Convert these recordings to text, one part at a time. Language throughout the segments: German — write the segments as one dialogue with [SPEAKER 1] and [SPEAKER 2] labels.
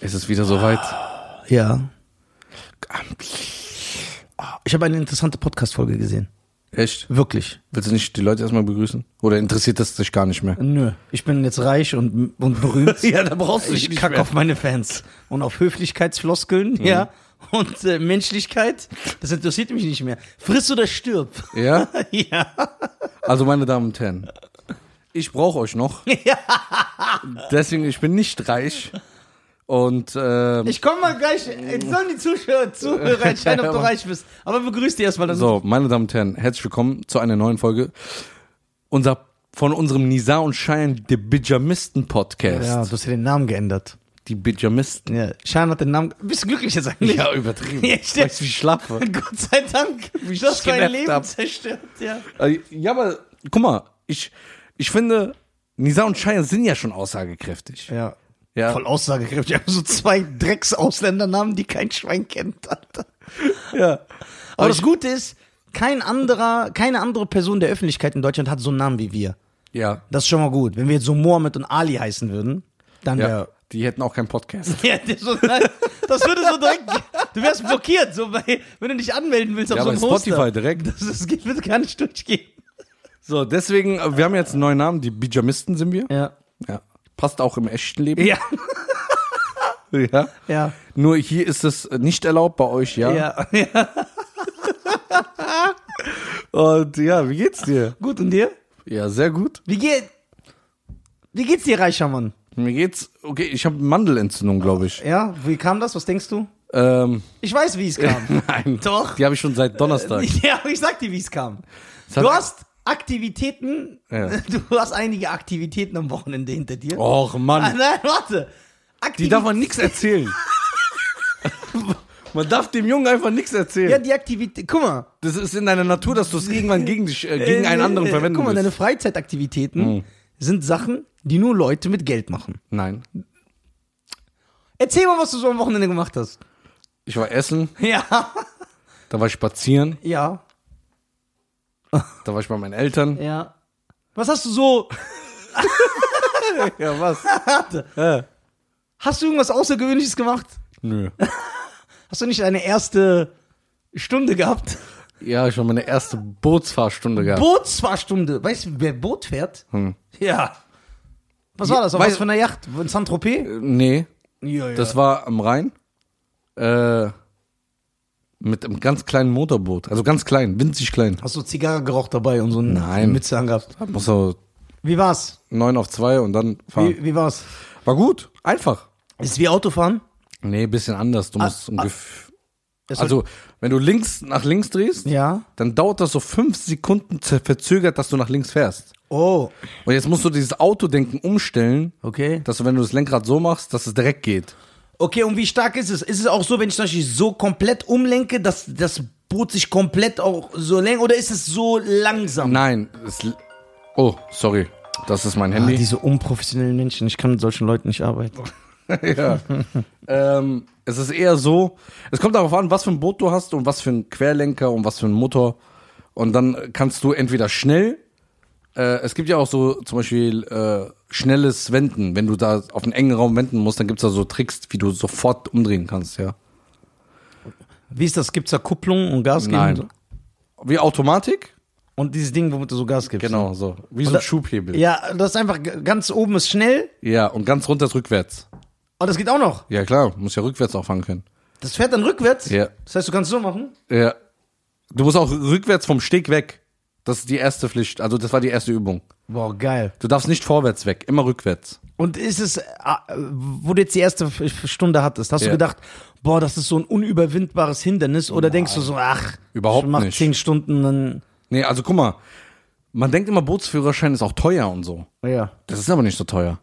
[SPEAKER 1] Es ist wieder soweit.
[SPEAKER 2] Ja.
[SPEAKER 1] Ah,
[SPEAKER 2] Ich habe eine interessante Podcast-Folge gesehen.
[SPEAKER 1] Echt?
[SPEAKER 2] Wirklich.
[SPEAKER 1] Willst du nicht die Leute erstmal begrüßen? Oder interessiert das dich gar nicht mehr?
[SPEAKER 2] Nö. Ich bin jetzt reich und, und berühmt.
[SPEAKER 1] Ja, da brauchst du dich
[SPEAKER 2] ich
[SPEAKER 1] nicht
[SPEAKER 2] kack
[SPEAKER 1] mehr. Mhm.
[SPEAKER 2] auf meine Fans. Und auf Höflichkeitsfloskeln, ja. Und äh, Menschlichkeit, das interessiert mich nicht mehr. Friss oder stirb.
[SPEAKER 1] Ja?
[SPEAKER 2] ja.
[SPEAKER 1] Also, meine Damen und Herren, ich brauche euch noch. Deswegen, ich bin nicht reich. Und ähm,
[SPEAKER 2] Ich komme mal gleich. Jetzt sollen die Zuschauer, Zuhörer entscheiden, ob du reich bist. Aber begrüß dich erstmal. Dann
[SPEAKER 1] so, meine Damen und Herren, herzlich willkommen zu einer neuen Folge unser, von unserem Nisa und Schein, The Bijamisten Podcast.
[SPEAKER 2] Ja, du hast ja den Namen geändert.
[SPEAKER 1] Die Bijamisten.
[SPEAKER 2] Ja. Schein hat den Namen. Bist du glücklich jetzt eigentlich?
[SPEAKER 1] Ja, übertrieben.
[SPEAKER 2] Ja,
[SPEAKER 1] weißt
[SPEAKER 2] stimmt.
[SPEAKER 1] du, wie ich schlafe?
[SPEAKER 2] Gott sei Dank.
[SPEAKER 1] ich
[SPEAKER 2] Du hast mein
[SPEAKER 1] genervt
[SPEAKER 2] Leben
[SPEAKER 1] hab.
[SPEAKER 2] zerstört, ja.
[SPEAKER 1] Äh, Ja, aber guck mal, ich, ich finde, Nisa und Schein sind ja schon aussagekräftig.
[SPEAKER 2] Ja.
[SPEAKER 1] Ja.
[SPEAKER 2] Voll aussagekräftig. Ich habe so zwei Drecks-Ausländernamen, die kein Schwein kennt, Alter.
[SPEAKER 1] Ja.
[SPEAKER 2] Aber das Gute ist, kein anderer, keine andere Person der Öffentlichkeit in Deutschland hat so einen Namen wie wir.
[SPEAKER 1] Ja.
[SPEAKER 2] Das ist schon mal gut. Wenn wir jetzt so Mohammed und Ali heißen würden, dann
[SPEAKER 1] ja.
[SPEAKER 2] wäre
[SPEAKER 1] Die hätten auch keinen Podcast.
[SPEAKER 2] Ja, das, ist so, nein, das würde so direkt. Du wärst blockiert, so bei, wenn du dich anmelden willst auf
[SPEAKER 1] Ja,
[SPEAKER 2] so
[SPEAKER 1] bei
[SPEAKER 2] einem Hoster.
[SPEAKER 1] Spotify direkt.
[SPEAKER 2] Das, das geht- wird gar nicht durchgehen.
[SPEAKER 1] So, deswegen, äh, wir haben jetzt einen neuen Namen, die Bijamisten sind wir.
[SPEAKER 2] Ja.
[SPEAKER 1] Ja. Passt auch im echten Leben.
[SPEAKER 2] Ja.
[SPEAKER 1] Ja.
[SPEAKER 2] Ja.
[SPEAKER 1] Nur hier ist es nicht erlaubt, bei euch, ja.
[SPEAKER 2] Ja. ja.
[SPEAKER 1] Und ja, wie geht's dir?
[SPEAKER 2] Gut, und dir?
[SPEAKER 1] Ja, sehr gut.
[SPEAKER 2] Wie geht. Wie geht's dir, reicher Mann?
[SPEAKER 1] Mir geht's, okay, ich habe Mandelentzündung, glaube ich.
[SPEAKER 2] Ja, wie kam das? Was denkst du?
[SPEAKER 1] Ähm,
[SPEAKER 2] Ich weiß, wie es kam.
[SPEAKER 1] nein.
[SPEAKER 2] Doch.
[SPEAKER 1] Die habe ich schon seit Donnerstag.
[SPEAKER 2] Ja, aber ich sag dir, wie es kam.
[SPEAKER 1] hat-
[SPEAKER 2] Du hast Aktivitäten,
[SPEAKER 1] Ja.
[SPEAKER 2] du hast einige Aktivitäten am Wochenende hinter dir.
[SPEAKER 1] Och,
[SPEAKER 2] Ah,
[SPEAKER 1] Mann.
[SPEAKER 2] nein, warte.
[SPEAKER 1] Die
[SPEAKER 2] Aktivi-
[SPEAKER 1] darf man nichts erzählen. Man darf dem Jungen einfach nichts erzählen.
[SPEAKER 2] ja, die Aktivität, guck mal.
[SPEAKER 1] Das ist in deiner Natur, dass du es irgendwann gegen dich, äh, gegen einen
[SPEAKER 2] Äh,
[SPEAKER 1] anderen
[SPEAKER 2] äh,
[SPEAKER 1] verwenden
[SPEAKER 2] Guck mal, deine
[SPEAKER 1] willst.
[SPEAKER 2] Freizeitaktivitäten sind Sachen, die nur Leute mit Geld machen.
[SPEAKER 1] Nein.
[SPEAKER 2] Erzähl mal, was du so am Wochenende gemacht hast.
[SPEAKER 1] Ich war essen,
[SPEAKER 2] Ja.
[SPEAKER 1] da war ich spazieren,
[SPEAKER 2] Ja.
[SPEAKER 1] da war ich bei meinen Eltern.
[SPEAKER 2] Ja. Was hast du so.
[SPEAKER 1] Ja, was?
[SPEAKER 2] Hast du irgendwas Außergewöhnliches gemacht?
[SPEAKER 1] Nö.
[SPEAKER 2] Hast du nicht deine erste Stunde gehabt?
[SPEAKER 1] Ja, ich war meine erste Bootsfahrstunde gehabt.
[SPEAKER 2] Bootsfahrstunde. Weißt du, wer Boot fährt?
[SPEAKER 1] Hm.
[SPEAKER 2] Ja. Was war das? Auf
[SPEAKER 1] Weiß-
[SPEAKER 2] was für eine Yacht? In Saint-Tropez?
[SPEAKER 1] Äh, nee,
[SPEAKER 2] Ja, ja.
[SPEAKER 1] das war am Rhein. Äh, mit einem ganz kleinen Motorboot. Also ganz klein, winzig klein.
[SPEAKER 2] Hast du Zigarre geraucht dabei und so eine
[SPEAKER 1] Nein.
[SPEAKER 2] Mütze angehabt?
[SPEAKER 1] Muss so
[SPEAKER 2] Wie war's?
[SPEAKER 1] neun auf zwei und dann fahren.
[SPEAKER 2] Wie, wie war's?
[SPEAKER 1] War gut, einfach. Ah,
[SPEAKER 2] Ist wie Autofahren?
[SPEAKER 1] Nee, bisschen anders. Du musst ungefähr.
[SPEAKER 2] Es
[SPEAKER 1] Also, wenn du links nach links drehst,
[SPEAKER 2] Ja.
[SPEAKER 1] dann dauert das so fünf Sekunden zer- verzögert, dass du nach links fährst.
[SPEAKER 2] Oh,
[SPEAKER 1] Und jetzt musst du dieses Autodenken umstellen,
[SPEAKER 2] okay.
[SPEAKER 1] dass du, wenn du das Lenkrad so machst, dass es direkt geht.
[SPEAKER 2] Okay, und wie stark ist es? Ist es auch so, wenn ich zum Beispiel so komplett umlenke, dass das Boot sich komplett auch so lenkt? Oder ist es so langsam?
[SPEAKER 1] Nein, es, l- oh, sorry, das ist mein Handy.
[SPEAKER 2] diese unprofessionellen Menschen, ich kann mit solchen Leuten nicht arbeiten.
[SPEAKER 1] ja. ähm, es ist eher so, es kommt darauf an, was für ein Boot du hast und was für ein Querlenker und was für ein Motor. Und dann kannst du entweder schnell, äh, es gibt ja auch so zum Beispiel äh, schnelles Wenden. Wenn du da auf einen engen Raum wenden musst, dann gibt's da so Tricks, wie du sofort umdrehen kannst, ja.
[SPEAKER 2] Wie ist das? Gibt's da Kupplung und Gas geben?
[SPEAKER 1] Nein. Wie Automatik?
[SPEAKER 2] Und dieses Ding, womit du so Gas gibst?
[SPEAKER 1] Genau, so. Wie so
[SPEAKER 2] da-
[SPEAKER 1] ein Schubhebel. Ja.
[SPEAKER 2] Ja, das ist einfach, g- ganz oben ist schnell.
[SPEAKER 1] und ganz runter ist rückwärts.
[SPEAKER 2] Oh, das geht auch noch.
[SPEAKER 1] Ja, klar, muss ja rückwärts auch fahren können.
[SPEAKER 2] Das fährt dann rückwärts.
[SPEAKER 1] Ja.
[SPEAKER 2] Das heißt, du kannst so machen.
[SPEAKER 1] Ja. Äh, Du musst auch rückwärts vom Steg weg. Das ist die erste Pflicht. Also, das war die erste Übung.
[SPEAKER 2] Boah, geil.
[SPEAKER 1] Du darfst nicht vorwärts weg, immer rückwärts.
[SPEAKER 2] Und ist es, äh, wo du jetzt die erste F- Stunde hattest, hast du
[SPEAKER 1] Ja.
[SPEAKER 2] gedacht, boah, das ist so ein unüberwindbares Hindernis? Oder denkst du so, ach,
[SPEAKER 1] Überhaupt
[SPEAKER 2] ich mach
[SPEAKER 1] nicht.
[SPEAKER 2] zehn Stunden, dann.
[SPEAKER 1] Nee, also guck mal, man denkt immer, Bootsführerschein ist auch teuer und so.
[SPEAKER 2] oh Ja.
[SPEAKER 1] Das ist aber nicht so teuer.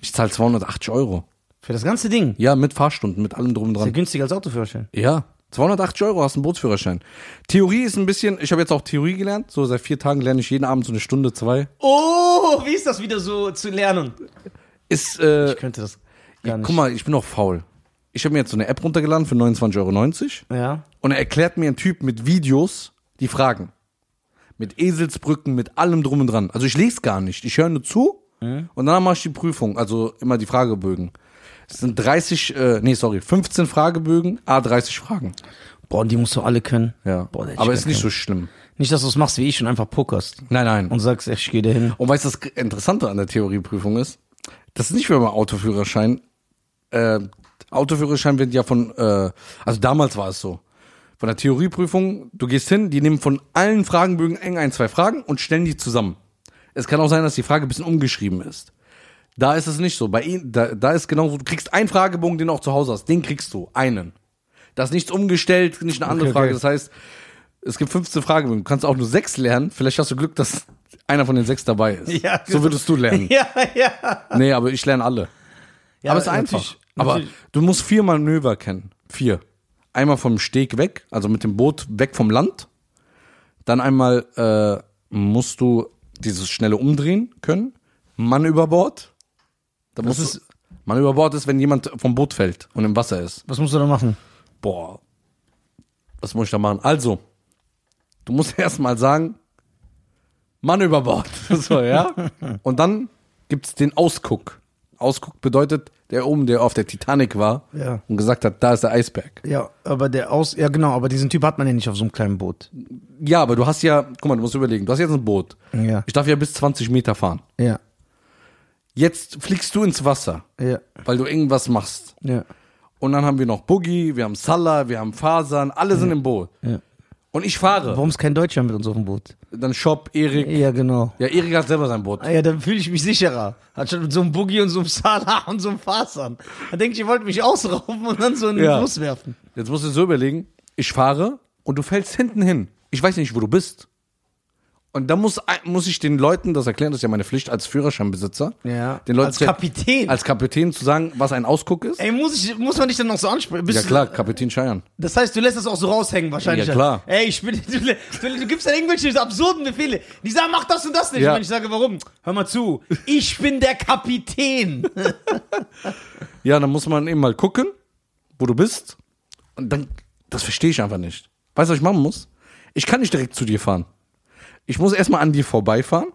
[SPEAKER 1] Ich zahle 280 Euro.
[SPEAKER 2] Für das ganze Ding.
[SPEAKER 1] Ja, mit Fahrstunden, mit allem drum und
[SPEAKER 2] Ist ja
[SPEAKER 1] dran.
[SPEAKER 2] günstiger als Autoführerschein.
[SPEAKER 1] Ja, 280 Euro hast einen Bootsführerschein. Theorie ist ein bisschen, ich habe jetzt auch Theorie gelernt, so seit vier Tagen lerne ich jeden Abend so eine Stunde, zwei.
[SPEAKER 2] Oh, wie ist das wieder so zu lernen?
[SPEAKER 1] Ist, äh,
[SPEAKER 2] Ich könnte das gar nicht.
[SPEAKER 1] guck mal, ich bin auch faul. Ich habe mir jetzt so eine App runtergeladen für 29,90 Euro.
[SPEAKER 2] Ja.
[SPEAKER 1] Und er erklärt mir ein Typ mit Videos die Fragen. Mit Eselsbrücken, mit allem drum und dran. Also ich lese gar nicht. Ich höre nur zu und danach mache ich die Prüfung, also immer die Fragebögen. Das sind 30, äh, nee, sorry, 15 Fragebögen, A30 Fragen.
[SPEAKER 2] Boah, und die musst du alle können.
[SPEAKER 1] Ja.
[SPEAKER 2] Boah, der ne?
[SPEAKER 1] Aber
[SPEAKER 2] Typ
[SPEAKER 1] ist nicht
[SPEAKER 2] kann-
[SPEAKER 1] so schlimm.
[SPEAKER 2] Nicht, dass du es machst wie ich und einfach puckerst.
[SPEAKER 1] Nein, nein.
[SPEAKER 2] Und sagst, ich gehe da hin.
[SPEAKER 1] Und weißt du, das Interessante an der Theorieprüfung ist, das ist nicht wie beim Autoführerschein. Äh, Autoführerschein wird ja von, äh, also damals war es so. Von der Theorieprüfung, du gehst hin, die nehmen von allen Fragenbögen eng ein, zwei Fragen und stellen die zusammen. Es kann auch sein, dass die Frage ein bisschen umgeschrieben ist. Da ist es nicht so. Bei ihnen, da, da ist genau so, du kriegst einen Fragebogen, den du auch zu Hause hast. Den kriegst du, einen. Da ist nichts umgestellt, nicht eine andere
[SPEAKER 2] Okay, okay.
[SPEAKER 1] Frage. Das heißt, es gibt 15 Fragebögen. Du kannst auch nur sechs lernen. Vielleicht hast du Glück, dass einer von den sechs dabei ist.
[SPEAKER 2] Ja,
[SPEAKER 1] so würdest du lernen.
[SPEAKER 2] Ja, ja.
[SPEAKER 1] Nee, aber ich lerne alle.
[SPEAKER 2] ja
[SPEAKER 1] aber es ist einfach. Aber du musst vier Manöver kennen. Vier. Einmal vom Steg weg, also mit dem Boot weg vom Land. Dann einmal äh, musst du dieses schnelle Umdrehen können. Mann über Bord. Da musst
[SPEAKER 2] ist-
[SPEAKER 1] du, Mann über Bord ist, wenn jemand vom Boot fällt und im Wasser ist.
[SPEAKER 2] was musst du da machen?
[SPEAKER 1] Boah, was muss ich da machen? Also, du musst erstmal sagen, Mann über Bord. So, ja? Und dann gibt's den Ausguck. Ausguck bedeutet, der oben, der auf der Titanic war
[SPEAKER 2] Ja.
[SPEAKER 1] und gesagt hat, da ist der Eisberg.
[SPEAKER 2] Ja, aber der aus, ja genau, aber diesen Typ hat man ja nicht auf so einem kleinen Boot.
[SPEAKER 1] Ja, aber du hast ja, guck mal, du musst überlegen, du hast jetzt ein Boot.
[SPEAKER 2] Ja.
[SPEAKER 1] Ich darf ja bis 20 Meter fahren.
[SPEAKER 2] Ja,
[SPEAKER 1] Jetzt fliegst du ins Wasser,
[SPEAKER 2] ja,
[SPEAKER 1] weil du irgendwas machst.
[SPEAKER 2] ja.
[SPEAKER 1] Und dann haben wir noch Boogie, wir haben Salah, wir haben Fasan, alle sind im Boot.
[SPEAKER 2] Ja.
[SPEAKER 1] Und ich fahre.
[SPEAKER 2] Warum ist kein Deutscher mit uns auf dem Boot?
[SPEAKER 1] Dann Shop, Erik,
[SPEAKER 2] Ja, genau.
[SPEAKER 1] Ja, Erik hat selber sein Boot.
[SPEAKER 2] Ah ja, dann fühle ich mich sicherer. Anstatt mit so einem Boogie und so einem Salah und so einem Fasern. Dann denke ich, ihr wollt mich ausrauben und dann so in den
[SPEAKER 1] Ja.
[SPEAKER 2] Fluss werfen.
[SPEAKER 1] Jetzt musst du so überlegen, ich fahre und du fällst hinten hin. Ich weiß nicht, wo du bist. Und dann muss, muss ich den Leuten das erklären, das ist ja meine Pflicht als Führerscheinbesitzer.
[SPEAKER 2] Ja.
[SPEAKER 1] Den Leuten
[SPEAKER 2] Als
[SPEAKER 1] zu-
[SPEAKER 2] Kapitän.
[SPEAKER 1] Als Kapitän zu sagen, was ein Ausguck ist.
[SPEAKER 2] Ey, muss, ich, muss man dich dann noch so ansprechen? Bist
[SPEAKER 1] Ja
[SPEAKER 2] du-
[SPEAKER 1] klar, Kapitän Scheiern.
[SPEAKER 2] Das heißt, du lässt das auch so raushängen wahrscheinlich.
[SPEAKER 1] Ja, klar.
[SPEAKER 2] Ey, ich bin, du, du, du gibst dann irgendwelche absurden Befehle. Die sagen, mach das und das nicht.
[SPEAKER 1] Ja.
[SPEAKER 2] Und wenn ich sage, warum? Hör mal zu, ich bin der Kapitän.
[SPEAKER 1] Ja, dann muss man eben mal gucken, wo du bist. Und dann, das verstehe ich einfach nicht. Weißt du, was ich machen muss? Ich kann nicht direkt zu dir fahren. Ich muss erstmal an dir vorbeifahren,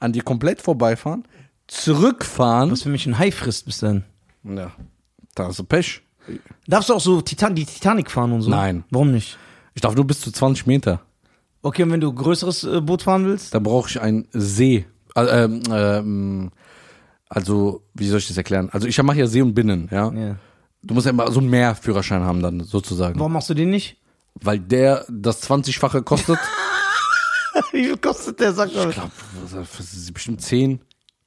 [SPEAKER 1] an dir komplett vorbeifahren, zurückfahren.
[SPEAKER 2] für mich ein Hai frisst bis dann.
[SPEAKER 1] Ja, da hast du Pech.
[SPEAKER 2] Darfst du auch so Titan die Titanic fahren und so?
[SPEAKER 1] Nein.
[SPEAKER 2] Warum nicht?
[SPEAKER 1] Ich darf nur bis zu 20 Meter.
[SPEAKER 2] Okay, und wenn du größeres äh, Boot fahren willst?
[SPEAKER 1] Da brauche ich ein See. Also, ähm, ähm, also, wie soll ich das erklären? Also, ich mache ja See und Binnen, ja. Du musst ja immer so einen Mehrführerschein haben dann, sozusagen.
[SPEAKER 2] Warum machst du den nicht?
[SPEAKER 1] Weil der das 20-fache kostet.
[SPEAKER 2] Wie viel kostet der Sack?
[SPEAKER 1] ich glaube, das ist bestimmt 10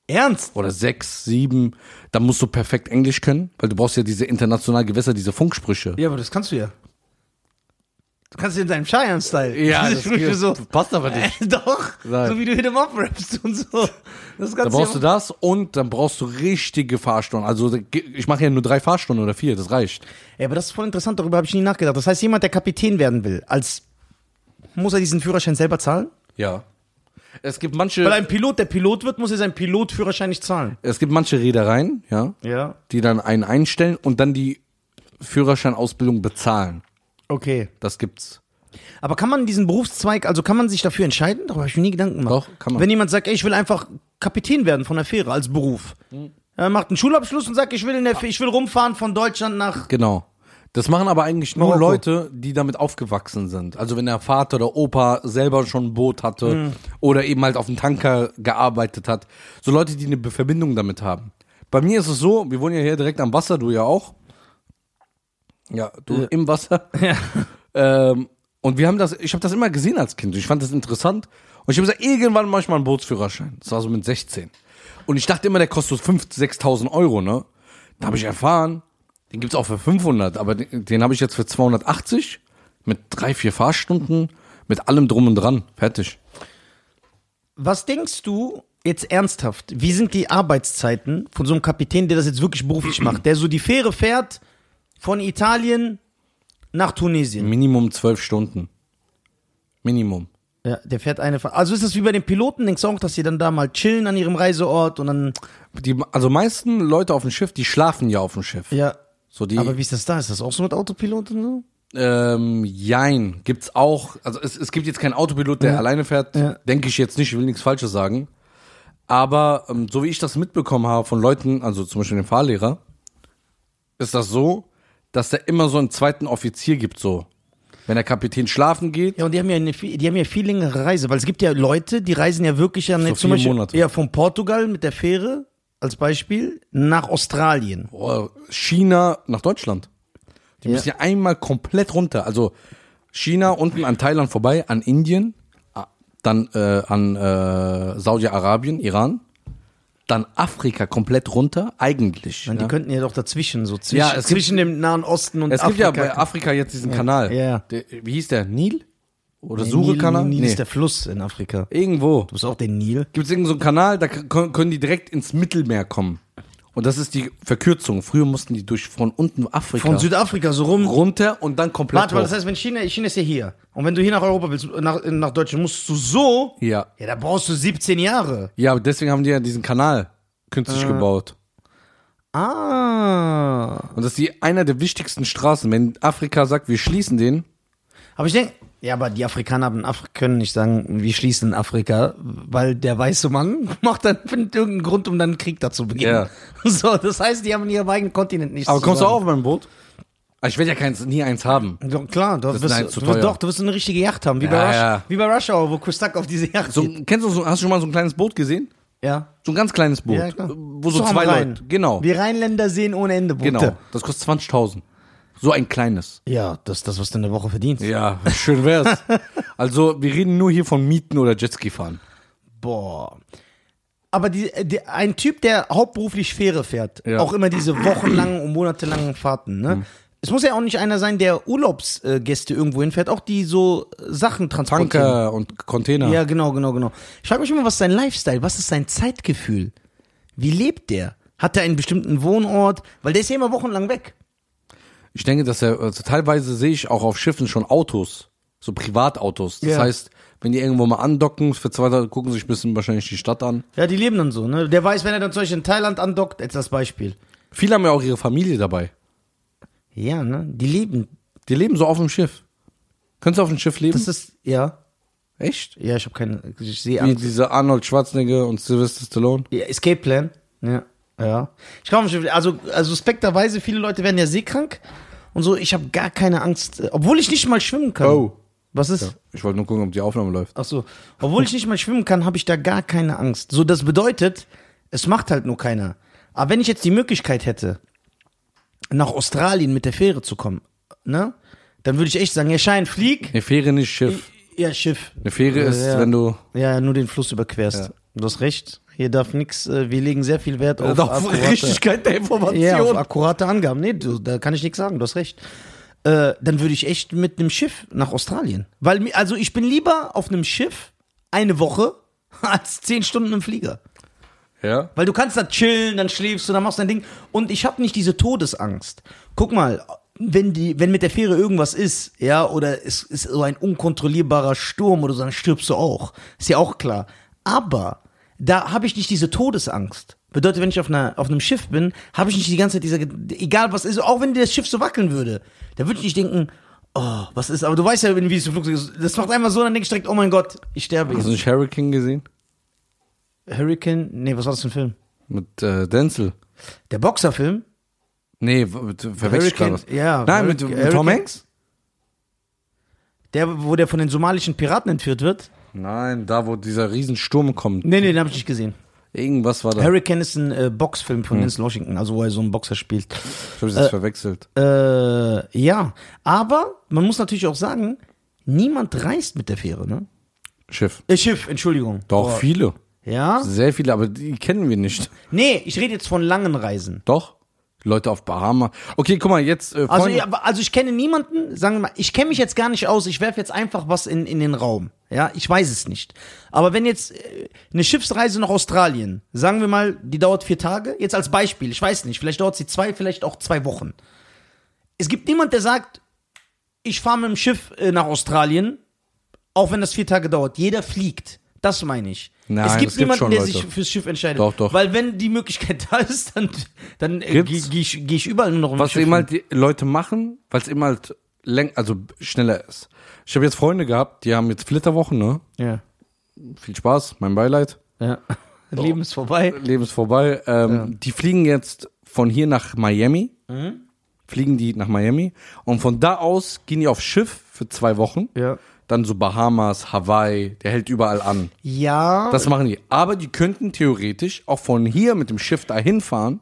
[SPEAKER 2] Ernst?
[SPEAKER 1] oder 6, 7. Da musst du perfekt Englisch können, weil du brauchst ja diese internationalen Gewässer, diese Funksprüche.
[SPEAKER 2] Ja, aber das kannst du ja. Du kannst ja in deinem Cheyenne-Style. Diese Sprüche
[SPEAKER 1] geht-
[SPEAKER 2] so.
[SPEAKER 1] passt aber nicht.
[SPEAKER 2] Äh, Doch,
[SPEAKER 1] Nein.
[SPEAKER 2] so wie du Hit'em Up rappst und so. Das
[SPEAKER 1] Da
[SPEAKER 2] kannst
[SPEAKER 1] brauchst du
[SPEAKER 2] ja
[SPEAKER 1] das und dann brauchst du richtige Fahrstunden. Also ich mache ja nur drei Fahrstunden oder vier, das reicht.
[SPEAKER 2] Ey, aber das ist voll interessant, darüber habe ich nie nachgedacht. Das heißt, jemand, der Kapitän werden will, als muss er diesen Führerschein selber zahlen?
[SPEAKER 1] Ja. Es gibt manche,
[SPEAKER 2] Weil ein Pilot, der Pilot wird, muss er seinen Pilotführerschein nicht zahlen.
[SPEAKER 1] es gibt manche Reedereien, ja,
[SPEAKER 2] Ja.
[SPEAKER 1] die dann einen einstellen und dann die Führerscheinausbildung bezahlen.
[SPEAKER 2] Okay.
[SPEAKER 1] Das gibt's.
[SPEAKER 2] Aber kann man diesen Berufszweig, also kann man sich dafür entscheiden? Darüber habe ich mir nie Gedanken gemacht.
[SPEAKER 1] Doch, kann man.
[SPEAKER 2] Wenn jemand sagt, ey, ich will einfach Kapitän werden von der Fähre als Beruf.
[SPEAKER 1] Mhm.
[SPEAKER 2] Er macht einen Schulabschluss und sagt, ich will, in der, Fäh- ich will rumfahren von Deutschland nach.
[SPEAKER 1] Genau. Das machen aber eigentlich nur
[SPEAKER 2] Marokko.
[SPEAKER 1] Leute, die damit aufgewachsen sind. Also wenn der Vater oder Opa selber schon ein Boot hatte oder eben halt auf dem Tanker gearbeitet hat. So Leute, die eine Be- Verbindung damit haben. Bei mir ist es so, wir wohnen ja hier direkt am Wasser, du ja auch. Ja, du im Wasser. Ähm, und wir haben das, ich habe das immer gesehen als Kind. Ich fand das interessant. Und ich habe gesagt, irgendwann mach ich mal einen Bootsführerschein. Das war so mit 16. Und ich dachte immer, der kostet so 5.000, 6.000 Euro, ne? Da habe ich erfahren, den gibt's auch für 500, aber den, den habe ich jetzt für 280 mit drei, vier Fahrstunden, mit allem drum und dran. Fertig.
[SPEAKER 2] Was denkst du jetzt ernsthaft? Wie sind die Arbeitszeiten von so einem Kapitän, der das jetzt wirklich beruflich macht, der so die Fähre fährt von Italien nach Tunesien?
[SPEAKER 1] Minimum zwölf Stunden. Minimum.
[SPEAKER 2] Ja, der fährt eine Fahr Also ist das wie bei den Piloten, denkst du auch, dass die dann da mal chillen an ihrem Reiseort und dann.
[SPEAKER 1] Die, also meisten Leute auf dem Schiff, die schlafen ja auf dem Schiff.
[SPEAKER 2] Ja.
[SPEAKER 1] So die,
[SPEAKER 2] Aber wie ist das da? Ist das auch so mit Autopilot und so?
[SPEAKER 1] Ähm, jein, gibt's auch. Also es, es gibt jetzt keinen Autopilot, der alleine fährt.
[SPEAKER 2] Ja.
[SPEAKER 1] Denke ich jetzt nicht, ich will nichts Falsches sagen. Aber ähm, so wie ich das mitbekommen habe von Leuten, also zum Beispiel dem Fahrlehrer, ist das so, dass da immer so einen zweiten Offizier gibt, so. Wenn der Kapitän schlafen geht,
[SPEAKER 2] Ja, und die haben ja, eine, viel- die haben ja viel längere Reise, weil es gibt ja Leute, die reisen ja wirklich ja jetzt zum
[SPEAKER 1] vier
[SPEAKER 2] Beispiel
[SPEAKER 1] Monate.
[SPEAKER 2] ja, von Portugal mit der Fähre als Beispiel nach Australien.
[SPEAKER 1] oh, China nach Deutschland. Die
[SPEAKER 2] Ja.
[SPEAKER 1] müssen ja einmal komplett runter. Also China unten an Thailand vorbei, an Indien, ah, dann äh, an äh, Saudi-Arabien, Iran, dann Afrika komplett runter, eigentlich.
[SPEAKER 2] Und
[SPEAKER 1] ja.
[SPEAKER 2] Die könnten ja doch dazwischen, so zwischen,
[SPEAKER 1] Ja, es gibt-
[SPEAKER 2] zwischen dem Nahen Osten und
[SPEAKER 1] Es gibt
[SPEAKER 2] Afrika.
[SPEAKER 1] ja bei Afrika jetzt diesen Kanal.
[SPEAKER 2] Ja.
[SPEAKER 1] Der, wie hieß der? Nil? Oder
[SPEAKER 2] Nee,
[SPEAKER 1] Surekanal?
[SPEAKER 2] Nil, Nil
[SPEAKER 1] Nee.
[SPEAKER 2] ist der Fluss in Afrika.
[SPEAKER 1] Irgendwo.
[SPEAKER 2] Du bist auch der Nil.
[SPEAKER 1] Gibt es irgendeinen so einen Kanal, da k- können die direkt ins Mittelmeer kommen. Und das ist die Verkürzung. Früher mussten die durch von unten Afrika
[SPEAKER 2] Von Südafrika so rum.
[SPEAKER 1] runter und dann komplett
[SPEAKER 2] Warte mal,
[SPEAKER 1] hoch.
[SPEAKER 2] das heißt, wenn China, China ist ja hier. Und wenn du hier nach Europa willst, nach, nach Deutschland, musst du so.
[SPEAKER 1] ja.
[SPEAKER 2] Ja, da brauchst du 17 Jahre.
[SPEAKER 1] ja, aber deswegen haben die ja diesen Kanal künstlich gebaut.
[SPEAKER 2] Ah.
[SPEAKER 1] Und das ist die, einer der wichtigsten Straßen. Wenn Afrika sagt, wir schließen den,
[SPEAKER 2] Aber ich denke, ja, aber die Afrikaner haben in Afrika können nicht sagen, wir schließen Afrika, weil der weiße Mann macht dann findet irgendeinen Grund, um dann einen Krieg dazu beginnen.
[SPEAKER 1] Ja.
[SPEAKER 2] So, das heißt, die haben in ihrem eigenen Kontinent nichts.
[SPEAKER 1] aber
[SPEAKER 2] zu
[SPEAKER 1] kommst du
[SPEAKER 2] sagen.
[SPEAKER 1] auch auf mein Boot? Ah, Ich werde ja keins, nie eins haben.
[SPEAKER 2] Ja, klar, du
[SPEAKER 1] ist
[SPEAKER 2] wirst,
[SPEAKER 1] nein, zu
[SPEAKER 2] du, wirst-
[SPEAKER 1] teuer.
[SPEAKER 2] doch, du wirst eine richtige Yacht haben, wie, bei,
[SPEAKER 1] Ja,
[SPEAKER 2] Rush,
[SPEAKER 1] ja.
[SPEAKER 2] wie bei Rush Hour, wo Kustak auf diese Yacht
[SPEAKER 1] So,
[SPEAKER 2] geht.
[SPEAKER 1] kennst du so, hast du schon mal so ein kleines Boot gesehen?
[SPEAKER 2] Ja.
[SPEAKER 1] So ein ganz kleines Boot,
[SPEAKER 2] ja klar.
[SPEAKER 1] wo so,
[SPEAKER 2] am
[SPEAKER 1] zwei
[SPEAKER 2] Rhein.
[SPEAKER 1] Leute. Genau,
[SPEAKER 2] Wir Rheinländer sehen ohne Ende Boote.
[SPEAKER 1] genau. Das kostet 20.000. So ein kleines.
[SPEAKER 2] Ja, das ist das, was du in der Woche verdienst.
[SPEAKER 1] Ja, schön wär's. also, wir reden nur hier von Mieten oder Jetski fahren.
[SPEAKER 2] Boah. Aber die, die, ein Typ, der hauptberuflich Fähre fährt,
[SPEAKER 1] Ja. Mhm.
[SPEAKER 2] auch immer diese wochenlangen und monatelangen Fahrten, ne? Es muss ja auch nicht einer sein, der Urlaubsgäste irgendwo hinfährt, auch die so äh, Sachen transportieren.
[SPEAKER 1] Tanker und Container.
[SPEAKER 2] Ja, genau, genau, genau. Ich frage mich immer, was ist sein Lifestyle, was ist sein Zeitgefühl? Wie lebt der? Hat er einen bestimmten Wohnort? Weil der ist ja immer wochenlang weg.
[SPEAKER 1] Ich denke, dass er, also teilweise sehe ich auch auf Schiffen schon Autos, so Privatautos. Das
[SPEAKER 2] Ja.
[SPEAKER 1] heißt, wenn die irgendwo mal andocken, für zwei Tage gucken sie sich ein bisschen wahrscheinlich die Stadt an.
[SPEAKER 2] Ja, die leben dann so, ne? Der weiß, wenn er dann zum Beispiel in Thailand andockt, jetzt das Beispiel.
[SPEAKER 1] Viele haben ja auch ihre Familie dabei.
[SPEAKER 2] Ja, ne? Die leben.
[SPEAKER 1] Die leben so auf dem Schiff. Könntest du auf dem Schiff leben?
[SPEAKER 2] Das ist, ja.
[SPEAKER 1] Echt?
[SPEAKER 2] Ja, ich habe keine, ich sehe
[SPEAKER 1] Wie
[SPEAKER 2] an.
[SPEAKER 1] diese Arnold Schwarzenegger und Sylvester Stallone.
[SPEAKER 2] Ja, Escape Plan. Ja. Ja. Ich glaube, also, also suspekterweise, viele Leute werden ja seekrank und so. Ich habe gar keine Angst, äh, obwohl ich nicht mal schwimmen kann.
[SPEAKER 1] Oh.
[SPEAKER 2] Was ist?
[SPEAKER 1] Ich wollte nur gucken, ob die Aufnahme läuft.
[SPEAKER 2] Ach so. Obwohl ich nicht mal schwimmen kann, habe ich da gar keine Angst. So, das bedeutet, es macht halt nur keiner. Aber wenn ich jetzt die Möglichkeit hätte, nach Australien mit der Fähre zu kommen, ne? Dann würde ich echt sagen, ja, Schein, flieg.
[SPEAKER 1] Eine Fähre nicht Schiff.
[SPEAKER 2] Ja, Schiff.
[SPEAKER 1] Eine Fähre
[SPEAKER 2] Ja,
[SPEAKER 1] ist,
[SPEAKER 2] ja.
[SPEAKER 1] wenn du
[SPEAKER 2] Ja, nur den Fluss überquerst. Du hast recht. Hier darf nichts, äh, wir legen sehr viel Wert auf, akkurate-
[SPEAKER 1] der Information.
[SPEAKER 2] Ja, auf akkurate Angaben. Nee, du, da kann ich nichts sagen, du hast recht. Äh, dann würde ich echt mit einem Schiff nach Australien. Weil, mi- also ich bin lieber auf einem Schiff eine Woche als zehn Stunden im Flieger.
[SPEAKER 1] ja.
[SPEAKER 2] Weil du kannst da chillen, dann schläfst du, dann machst du dein Ding. Und ich habe nicht diese Todesangst. Guck mal, wenn, die, wenn mit der Fähre irgendwas ist, ja, oder es ist so ein unkontrollierbarer Sturm oder so, dann stirbst du auch. Ist ja auch klar. Aber da habe ich nicht diese Todesangst. Bedeutet, wenn ich auf, einer, auf einem Schiff bin, habe ich nicht die ganze Zeit diese, egal was ist, auch wenn das Schiff so wackeln würde, da würde ich nicht denken, oh, was ist, aber du weißt ja, wenn- wie es im Flugzeug ist, das macht einfach so, dann denke ich direkt, oh mein Gott, ich sterbe
[SPEAKER 1] Hast
[SPEAKER 2] jetzt.
[SPEAKER 1] du nicht Hurricane gesehen?
[SPEAKER 2] Hurricane, nee, was war das für ein Film?
[SPEAKER 1] Mit äh, Denzel.
[SPEAKER 2] Der Boxerfilm?
[SPEAKER 1] Nee, w- mit- verwechsel ich gerade was.
[SPEAKER 2] Hurricane, ja,
[SPEAKER 1] Nein, mit,
[SPEAKER 2] Hurricane-
[SPEAKER 1] mit Tom
[SPEAKER 2] Hurricane-
[SPEAKER 1] Hanks?
[SPEAKER 2] Der, wo der von den somalischen Piraten entführt wird?
[SPEAKER 1] Nein, da wo dieser Riesensturm kommt.
[SPEAKER 2] Nee, nee, den habe ich nicht gesehen.
[SPEAKER 1] Irgendwas war da.
[SPEAKER 2] Hurricane ist ein äh, Boxfilm von Denzel Washington, also wo er so einen Boxer spielt.
[SPEAKER 1] ich habe das verwechselt.
[SPEAKER 2] Äh, ja, aber man muss natürlich auch sagen, niemand reist mit der Fähre, ne?
[SPEAKER 1] Schiff.
[SPEAKER 2] Äh, Schiff, Entschuldigung.
[SPEAKER 1] Doch,
[SPEAKER 2] Boah.
[SPEAKER 1] viele.
[SPEAKER 2] Ja?
[SPEAKER 1] Sehr viele, aber die kennen wir nicht.
[SPEAKER 2] Nee, ich rede jetzt von langen Reisen.
[SPEAKER 1] Doch? Leute auf Bahama. Okay, guck mal, jetzt. Äh,
[SPEAKER 2] Also,
[SPEAKER 1] Freunde-
[SPEAKER 2] ja, aber- also ich kenne niemanden, sagen wir mal, ich kenne mich jetzt gar nicht aus, ich werfe jetzt einfach was in, in den Raum. Ja, ich weiß es nicht. Aber wenn jetzt äh, eine Schiffsreise nach Australien, sagen wir mal, die dauert vier Tage, jetzt als Beispiel, ich weiß nicht, vielleicht dauert sie zwei, vielleicht auch zwei Wochen. Es gibt niemand, der sagt, ich fahre mit dem Schiff äh, nach Australien, auch wenn das vier Tage dauert. Jeder fliegt. Das meine ich.
[SPEAKER 1] Nein,
[SPEAKER 2] es gibt
[SPEAKER 1] es gibt
[SPEAKER 2] niemanden,
[SPEAKER 1] schon
[SPEAKER 2] der
[SPEAKER 1] Leute.
[SPEAKER 2] sich fürs Schiff entscheidet.
[SPEAKER 1] Doch, doch.
[SPEAKER 2] Weil wenn die Möglichkeit da ist, dann, dann äh, gehe
[SPEAKER 1] Gibt's?
[SPEAKER 2] geh ich, geh ich überall nur noch mit dem
[SPEAKER 1] was
[SPEAKER 2] Schiff
[SPEAKER 1] eben halt die Leute machen, weil es eben halt läng also schneller ist. Ich habe jetzt Freunde gehabt, die haben jetzt Flitterwochen, ne?
[SPEAKER 2] Ja.
[SPEAKER 1] Viel Spaß, mein Beileid.
[SPEAKER 2] ja. Leben ist vorbei.
[SPEAKER 1] Leben ist vorbei. Ähm, Die fliegen jetzt von hier nach Miami fliegen die nach Miami und von da aus gehen die auf Schiff für zwei Wochen.
[SPEAKER 2] Ja.
[SPEAKER 1] Dann so Bahamas, Hawaii, der hält überall an.
[SPEAKER 2] Ja.
[SPEAKER 1] Das machen die. Aber die könnten theoretisch auch von hier mit dem Schiff dahin fahren,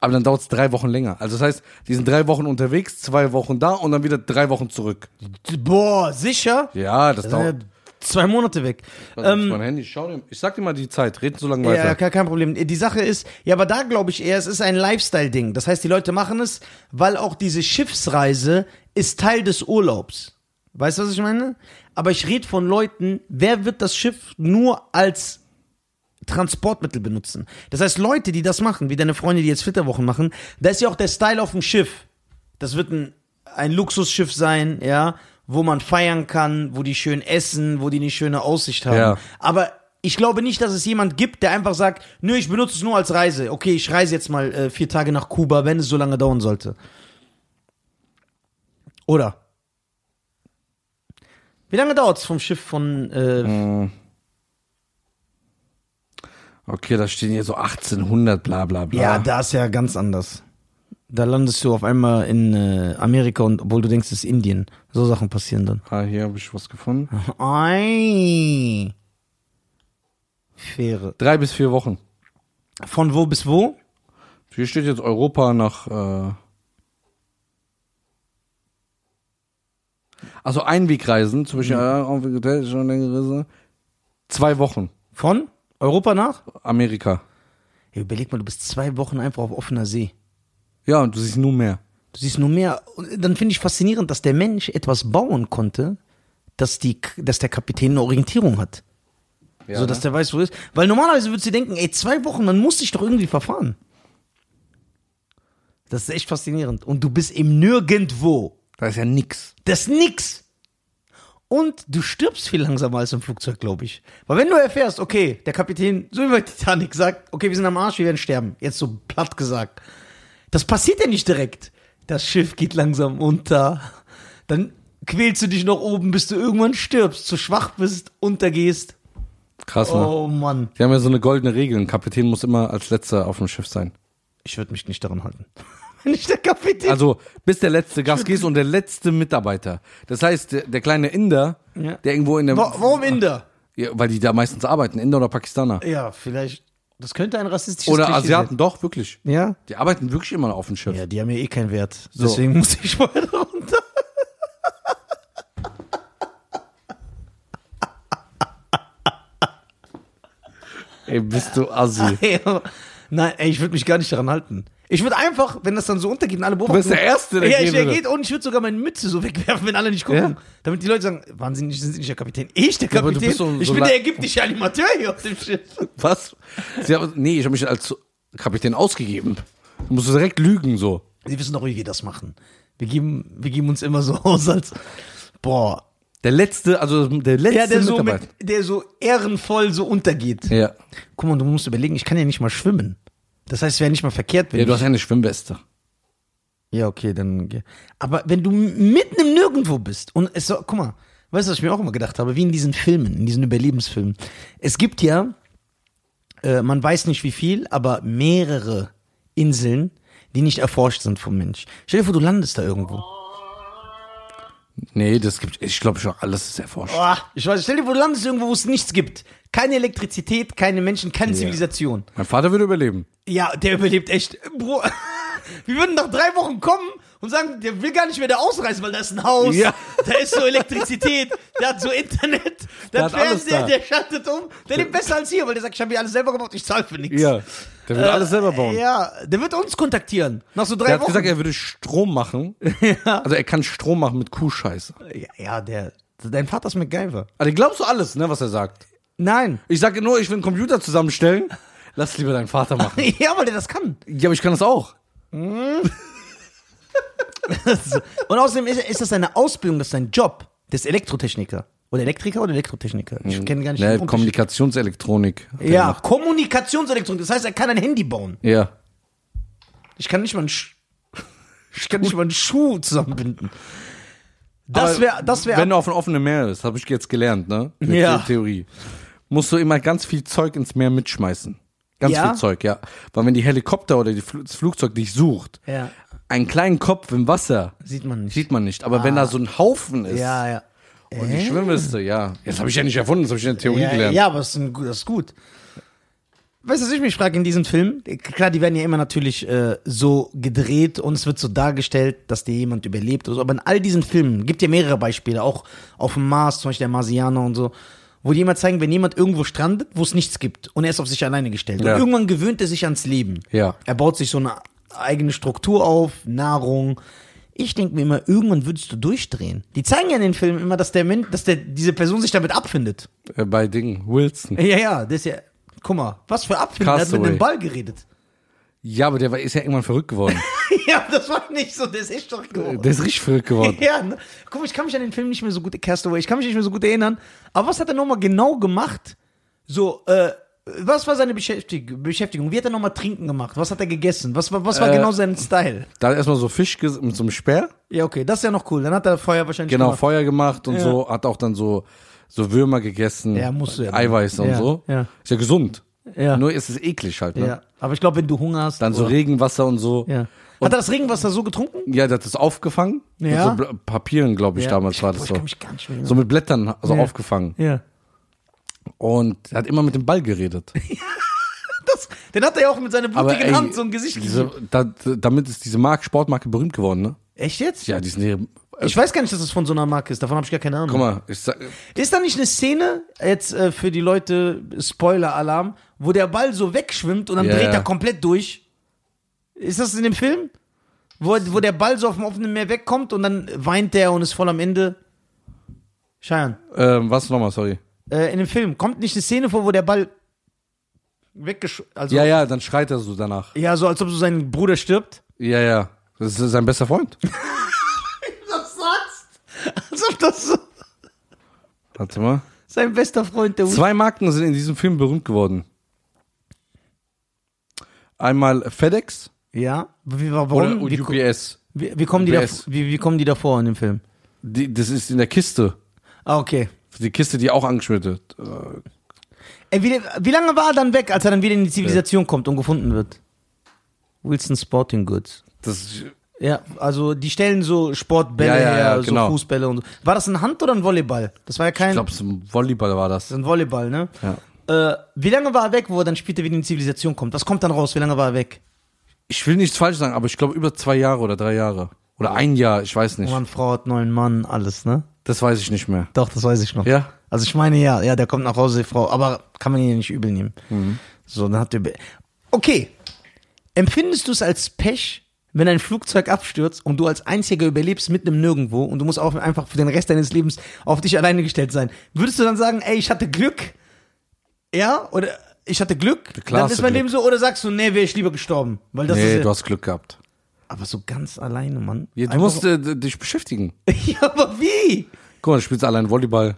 [SPEAKER 1] aber dann dauert es drei Wochen länger. Also das heißt, die sind drei Wochen unterwegs, zwei Wochen da und dann wieder drei Wochen zurück.
[SPEAKER 2] boah, sicher?
[SPEAKER 1] Ja, das
[SPEAKER 2] Äh,
[SPEAKER 1] dauert.
[SPEAKER 2] zwei Monate weg. Ähm,
[SPEAKER 1] Warte, ich muss mein Handy, schau dir, ich sag dir mal die Zeit, reden so lange weiter.
[SPEAKER 2] Ja, kein, kein Problem. Die Sache ist, ja, aber da glaube ich eher, es ist ein Lifestyle-Ding. Das heißt, die Leute machen es, weil auch diese Schiffsreise ist Teil des Urlaubs. Weißt du, was ich meine? Aber ich rede von Leuten, wer wird das Schiff nur als Transportmittel benutzen? Das heißt, Leute, die das machen, wie deine Freunde, die jetzt Flitterwochen machen, da ist ja auch der Style auf dem Schiff. Das wird ein, ein Luxusschiff sein, ja, wo man feiern kann, wo die schön essen, wo die eine schöne Aussicht haben.
[SPEAKER 1] Ja.
[SPEAKER 2] Aber ich glaube nicht, dass es jemand gibt, der einfach sagt, nö, ich benutze es nur als Reise. Okay, ich reise jetzt mal äh, vier Tage nach Kuba, wenn es so lange dauern sollte. Oder? Wie lange dauert es vom Schiff von... Äh,
[SPEAKER 1] Okay, da stehen hier so 1800, bla bla bla.
[SPEAKER 2] Ja, da ist ja ganz anders. Da landest du auf einmal in äh, Amerika und obwohl du denkst, es ist Indien. So Sachen passieren dann.
[SPEAKER 1] ah, hier habe ich was gefunden.
[SPEAKER 2] Ei. Fähre.
[SPEAKER 1] Drei bis vier Wochen.
[SPEAKER 2] Von wo bis wo?
[SPEAKER 1] Hier steht jetzt Europa nach. Äh also Einwegreisen, zum Beispiel ja. äh, auf dem Hotel, schon längere Reise. Zwei Wochen.
[SPEAKER 2] Von Europa nach?
[SPEAKER 1] Amerika.
[SPEAKER 2] Ey, überleg mal, du bist zwei Wochen einfach auf offener See.
[SPEAKER 1] Ja, und du siehst nur mehr.
[SPEAKER 2] Du siehst nur mehr. Und dann finde ich faszinierend, dass der Mensch etwas bauen konnte, dass, die, dass der Kapitän eine Orientierung hat.
[SPEAKER 1] Ja, ne?
[SPEAKER 2] so dass der weiß, wo er ist. Weil normalerweise würdest du denken, ey, zwei Wochen, man muss sich doch irgendwie verfahren. Das ist echt faszinierend. Und du bist im Nirgendwo.
[SPEAKER 1] Da ist ja nix.
[SPEAKER 2] Das ist nix. Und du stirbst viel langsamer als im Flugzeug, glaube ich. Weil wenn du erfährst, okay, der Kapitän, so wie bei Titanic, sagt, okay, wir sind am Arsch, wir werden sterben. Jetzt so platt gesagt. Das passiert ja nicht direkt. Das Schiff geht langsam unter. Dann quälst du dich noch oben, bis du irgendwann stirbst, zu schwach bist, untergehst.
[SPEAKER 1] Krass, ne?
[SPEAKER 2] Oh Mann.
[SPEAKER 1] Die haben ja so eine goldene Regel. Ein Kapitän muss immer als letzter auf dem Schiff sein.
[SPEAKER 2] Ich würde mich nicht daran halten. Wenn ich der Kapitän.
[SPEAKER 1] Also, bis der letzte Gast geht und der letzte Mitarbeiter. Das heißt, der, der kleine Inder,
[SPEAKER 2] Ja.
[SPEAKER 1] der irgendwo in der.
[SPEAKER 2] Wa- warum Inder?
[SPEAKER 1] Ja, weil die da meistens arbeiten, Inder oder Pakistaner.
[SPEAKER 2] Ja, vielleicht. Das könnte ein rassistisches
[SPEAKER 1] Oder
[SPEAKER 2] Klischee
[SPEAKER 1] Asiaten, doch, wirklich.
[SPEAKER 2] sein. Ja?
[SPEAKER 1] Die arbeiten wirklich immer auf dem Schiff.
[SPEAKER 2] Ja, die haben ja eh keinen Wert. Deswegen muss ich mal runter.
[SPEAKER 1] Ey, bist du assi.
[SPEAKER 2] Ja. Nein, ey, ich würde mich gar nicht daran halten. Ich würde einfach, wenn das dann so untergeht und alle beobachten.
[SPEAKER 1] bist der Erste, der
[SPEAKER 2] der Ja, ich
[SPEAKER 1] gehen
[SPEAKER 2] wäre
[SPEAKER 1] würde.
[SPEAKER 2] geht und ich würde sogar meine Mütze so wegwerfen, wenn alle nicht gucken.
[SPEAKER 1] Ja?
[SPEAKER 2] Damit die Leute sagen, wahnsinnig, sind sie nicht der Kapitän? Ich der
[SPEAKER 1] Ja, aber
[SPEAKER 2] Kapitän?
[SPEAKER 1] du bist so-
[SPEAKER 2] ich
[SPEAKER 1] so
[SPEAKER 2] bin
[SPEAKER 1] la-
[SPEAKER 2] der ägyptische Animateur hier auf dem Schiff.
[SPEAKER 1] Was? Sie haben, nee, ich habe mich als Kapitän ausgegeben. Du musst direkt lügen, so.
[SPEAKER 2] Sie wissen doch, wie wir das machen. Wir geben, wir geben uns immer so aus als, boah.
[SPEAKER 1] Der letzte, also der letzte
[SPEAKER 2] Ja, der so, mit,
[SPEAKER 1] Mitarbeiter.
[SPEAKER 2] der so ehrenvoll so untergeht.
[SPEAKER 1] ja.
[SPEAKER 2] Guck mal, du musst überlegen, ich kann ja nicht mal schwimmen. Das heißt, es wäre nicht mal verkehrt, wenn
[SPEAKER 1] ja, du
[SPEAKER 2] ich,
[SPEAKER 1] hast ja eine Schwimmweste.
[SPEAKER 2] Ja, okay, dann. geh. Aber wenn du m- mitten im Nirgendwo bist und es so, guck mal, weißt du, was ich mir auch immer gedacht habe, wie in diesen Filmen, in diesen Überlebensfilmen. Es gibt ja, äh, man weiß nicht wie viel, aber mehrere Inseln, die nicht erforscht sind vom Mensch. Stell dir vor, du landest da irgendwo.
[SPEAKER 1] Nee, das gibt, ich glaube schon, alles ist erforscht.
[SPEAKER 2] Boah, ich weiß, stell dir vor, du landest irgendwo, wo es nichts gibt. Keine Elektrizität, keine Menschen, keine Zivilisation.
[SPEAKER 1] Mein Vater würde überleben.
[SPEAKER 2] Ja, der überlebt echt. Bro, wir würden nach drei Wochen kommen und sagen, der will gar nicht mehr da ausreisen, weil da ist ein Haus,
[SPEAKER 1] Ja.
[SPEAKER 2] da ist so Elektrizität, der hat so Internet, der
[SPEAKER 1] Der
[SPEAKER 2] hat
[SPEAKER 1] hat alles
[SPEAKER 2] Fernseher,
[SPEAKER 1] da.
[SPEAKER 2] der schaltet um. Der lebt besser als hier, weil der sagt, ich habe hier alles selber gebaut, ich zahle für nichts.
[SPEAKER 1] Der würde alles selber bauen.
[SPEAKER 2] Ja, der wird uns kontaktieren. Nach so drei
[SPEAKER 1] Der hat
[SPEAKER 2] Wochen.
[SPEAKER 1] gesagt, er würde Strom machen. Also er kann Strom machen mit Kuhscheiße.
[SPEAKER 2] ja, ja, der. Dein Vater ist MacGyver.
[SPEAKER 1] Also glaubst du alles, ne, was er sagt?
[SPEAKER 2] Nein.
[SPEAKER 1] Ich sage nur, ich will einen Computer zusammenstellen. Lass lieber deinen Vater machen.
[SPEAKER 2] Ja, weil der das kann.
[SPEAKER 1] Ja, aber ich kann das auch.
[SPEAKER 2] So. Und außerdem ist, ist das seine Ausbildung, das ist sein Job. Der ist Elektrotechniker. Oder Elektriker oder Elektrotechniker? Ich kenne gar nicht
[SPEAKER 1] Ne,
[SPEAKER 2] den Unterschied.
[SPEAKER 1] Kommunikationselektronik. hat er
[SPEAKER 2] Ja,
[SPEAKER 1] gemacht.
[SPEAKER 2] Kommunikationselektronik. Das heißt, er kann ein Handy bauen.
[SPEAKER 1] Ja.
[SPEAKER 2] Ich kann nicht mal einen, Sch ich kann nicht mal einen Schuh zusammenbinden. Das
[SPEAKER 1] Aber
[SPEAKER 2] wäre, das
[SPEAKER 1] Wenn
[SPEAKER 2] wäre.
[SPEAKER 1] du auf einem offenen Meer bist, habe ich jetzt gelernt, ne? Mit
[SPEAKER 2] Ja.
[SPEAKER 1] der Theorie. Musst du immer ganz viel Zeug ins Meer mitschmeißen. Ganz
[SPEAKER 2] Ja?
[SPEAKER 1] viel Zeug, ja. Weil wenn die Helikopter oder die Fl das Flugzeug dich sucht,
[SPEAKER 2] Ja.
[SPEAKER 1] einen kleinen Kopf im Wasser
[SPEAKER 2] Sieht man nicht. Ah.
[SPEAKER 1] sieht man nicht. Aber wenn da so ein Haufen ist
[SPEAKER 2] ja, ja.
[SPEAKER 1] und die Schwimmweste, ja. Jetzt habe ich ja nicht erfunden, das habe ich in der Theorie
[SPEAKER 2] Ja,
[SPEAKER 1] gelernt.
[SPEAKER 2] ja aber das ist, ein, gut- das ist gut. Weißt du, was ich mich frage in diesem Film? Klar, die werden ja immer natürlich äh, so gedreht und es wird so dargestellt, dass dir jemand überlebt oder so. Aber in all diesen Filmen gibt ja mehrere Beispiele, auch auf dem Mars, zum Beispiel der Marsianer und so, wo die immer zeigen, wenn jemand irgendwo strandet, wo es nichts gibt und er ist auf sich alleine gestellt.
[SPEAKER 1] Ja.
[SPEAKER 2] Und irgendwann gewöhnt er sich ans Leben.
[SPEAKER 1] Ja.
[SPEAKER 2] Er baut sich so eine eigene Struktur auf, Nahrung. Ich denke mir immer, irgendwann würdest du durchdrehen. Die zeigen ja in den Filmen immer, dass der Mensch, dass der, diese Person sich damit abfindet.
[SPEAKER 1] Äh, Bei Ding, Wilson.
[SPEAKER 2] Ja, ja, das ist ja. Guck mal, was für Abfinden hat mit
[SPEAKER 1] Castaway.
[SPEAKER 2] dem Ball geredet.
[SPEAKER 1] Ja, aber der war, ist ja irgendwann verrückt geworden.
[SPEAKER 2] ja, das war nicht so, das ist echt doch geworden.
[SPEAKER 1] der ist richtig verrückt geworden.
[SPEAKER 2] Ja, ne? guck mal, ich kann mich an den Film nicht mehr so gut, Castaway, ich kann mich nicht mehr so gut erinnern. Aber was hat er nochmal genau gemacht? So, äh, was war seine Beschäftig Beschäftigung? Wie hat er nochmal trinken gemacht? Was hat er gegessen? Was war, was
[SPEAKER 1] Äh,
[SPEAKER 2] war genau sein Style?
[SPEAKER 1] Da hat erstmal so Fisch ges- mit so einem Speer,
[SPEAKER 2] Ja, okay, das ist ja noch cool. Dann hat er Feuer wahrscheinlich
[SPEAKER 1] genau,
[SPEAKER 2] gemacht.
[SPEAKER 1] Feuer gemacht und
[SPEAKER 2] Ja.
[SPEAKER 1] so, hat auch dann so, so Würmer gegessen.
[SPEAKER 2] Ja, musst du ja.
[SPEAKER 1] Eiweiß und
[SPEAKER 2] Ja,
[SPEAKER 1] so.
[SPEAKER 2] ja.
[SPEAKER 1] Ist ja gesund.
[SPEAKER 2] Ja.
[SPEAKER 1] Nur ist es eklig halt, ne?
[SPEAKER 2] Ja, aber ich glaube, wenn du Hunger hast.
[SPEAKER 1] Dann so
[SPEAKER 2] oder-
[SPEAKER 1] Regenwasser und so.
[SPEAKER 2] ja. Hat er das Regenwasser so getrunken?
[SPEAKER 1] Ja, der hat das aufgefangen.
[SPEAKER 2] Ja.
[SPEAKER 1] Mit so Bl- Papieren, glaube ich,
[SPEAKER 2] Ja.
[SPEAKER 1] damals war
[SPEAKER 2] Boah,
[SPEAKER 1] das
[SPEAKER 2] ich
[SPEAKER 1] so.
[SPEAKER 2] kann mich gar nicht mehr erinnern.
[SPEAKER 1] So mit Blättern, also
[SPEAKER 2] Ja.
[SPEAKER 1] aufgefangen.
[SPEAKER 2] Ja.
[SPEAKER 1] Und er hat immer mit dem Ball geredet.
[SPEAKER 2] Das, den hat er ja auch mit seiner
[SPEAKER 1] Aber
[SPEAKER 2] blutigen
[SPEAKER 1] ey,
[SPEAKER 2] Hand so ein Gesicht gegeben.
[SPEAKER 1] diese, da, damit ist diese Mark, Sportmarke berühmt geworden, ne?
[SPEAKER 2] Echt jetzt?
[SPEAKER 1] Ja, die sind hier, äh,
[SPEAKER 2] Ich weiß gar nicht, dass das von so einer Marke ist. Davon habe ich gar keine Ahnung.
[SPEAKER 1] guck mal, ich sag,
[SPEAKER 2] Ist da nicht eine Szene, jetzt äh, für die Leute, Spoiler-Alarm, wo der Ball so wegschwimmt und dann
[SPEAKER 1] Ja,
[SPEAKER 2] dreht
[SPEAKER 1] ja.
[SPEAKER 2] er komplett durch? Ist das in dem Film? Wo, wo der Ball so auf dem offenen Meer wegkommt und dann weint der und ist voll am Ende? Scheiern.
[SPEAKER 1] ähm, was nochmal, sorry.
[SPEAKER 2] Äh, in dem Film kommt nicht eine Szene vor, wo der Ball weggeschwimmt. Also,
[SPEAKER 1] Ja,
[SPEAKER 2] ja.
[SPEAKER 1] ja, dann schreit er so danach.
[SPEAKER 2] ja, so als ob so sein Bruder stirbt.
[SPEAKER 1] Ja, ja. Das ist sein bester Freund.
[SPEAKER 2] Was sagst? Als ob das so
[SPEAKER 1] Warte mal.
[SPEAKER 2] sein bester Freund der
[SPEAKER 1] Zwei Marken sind in diesem Film berühmt geworden. Einmal FedEx
[SPEAKER 2] Ja, wie, wa-
[SPEAKER 1] oder
[SPEAKER 2] warum? wie,
[SPEAKER 1] UPS.
[SPEAKER 2] wie, wie, kommen die da,
[SPEAKER 1] UPS.
[SPEAKER 2] wie, wie kommen die da vor in dem Film?
[SPEAKER 1] Die, das ist in der Kiste.
[SPEAKER 2] Ah, okay.
[SPEAKER 1] Die Kiste, die auch angeschmiert wird. Äh,
[SPEAKER 2] Ey, wie, wie lange war er dann weg, als er dann wieder in die Zivilisation kommt und gefunden wird? Wilson Sporting Goods.
[SPEAKER 1] Das,
[SPEAKER 2] Ja, also die stellen so Sportbälle
[SPEAKER 1] Ja, ja, ja,
[SPEAKER 2] her, so
[SPEAKER 1] genau.
[SPEAKER 2] Fußbälle und so. War das ein Hand oder ein Volleyball? Das war ja kein
[SPEAKER 1] ich glaube, zum Volleyball war das.
[SPEAKER 2] ein Volleyball, ne?
[SPEAKER 1] Ja.
[SPEAKER 2] Äh, wie lange war er weg, wo er dann später wieder in die Zivilisation kommt? Was kommt dann raus? Wie lange war er weg?
[SPEAKER 1] Ich will nichts falsch sagen, aber ich glaube über zwei Jahre oder drei Jahre. Oder ein Jahr, ich weiß nicht.
[SPEAKER 2] Mann, Frau hat neuen Mann, alles, ne?
[SPEAKER 1] Das weiß ich nicht mehr.
[SPEAKER 2] Doch, das weiß ich noch.
[SPEAKER 1] Ja?
[SPEAKER 2] Also ich meine ja, ja, der kommt nach Hause, die Frau, aber kann man ihn ja nicht übel nehmen.
[SPEAKER 1] Mhm.
[SPEAKER 2] So, dann hat der. Be okay. Empfindest du es als Pech, wenn ein Flugzeug abstürzt und du als Einziger überlebst mit einem Nirgendwo und du musst auch einfach für den Rest deines Lebens auf dich alleine gestellt sein? Würdest du dann sagen, ey, ich hatte Glück? Ja? Oder ich hatte Glück?
[SPEAKER 1] Klar
[SPEAKER 2] dann
[SPEAKER 1] hast
[SPEAKER 2] ist
[SPEAKER 1] du
[SPEAKER 2] mein
[SPEAKER 1] Glück.
[SPEAKER 2] Leben so, oder sagst du, nee, wäre ich lieber gestorben? Weil das
[SPEAKER 1] nee,
[SPEAKER 2] ist.
[SPEAKER 1] du
[SPEAKER 2] Ja,
[SPEAKER 1] hast Glück gehabt.
[SPEAKER 2] aber so ganz alleine, Mann.
[SPEAKER 1] Ja, du
[SPEAKER 2] Einfach-
[SPEAKER 1] musst äh, d- dich beschäftigen.
[SPEAKER 2] ja, aber wie?
[SPEAKER 1] Guck mal, du spielst allein Volleyball.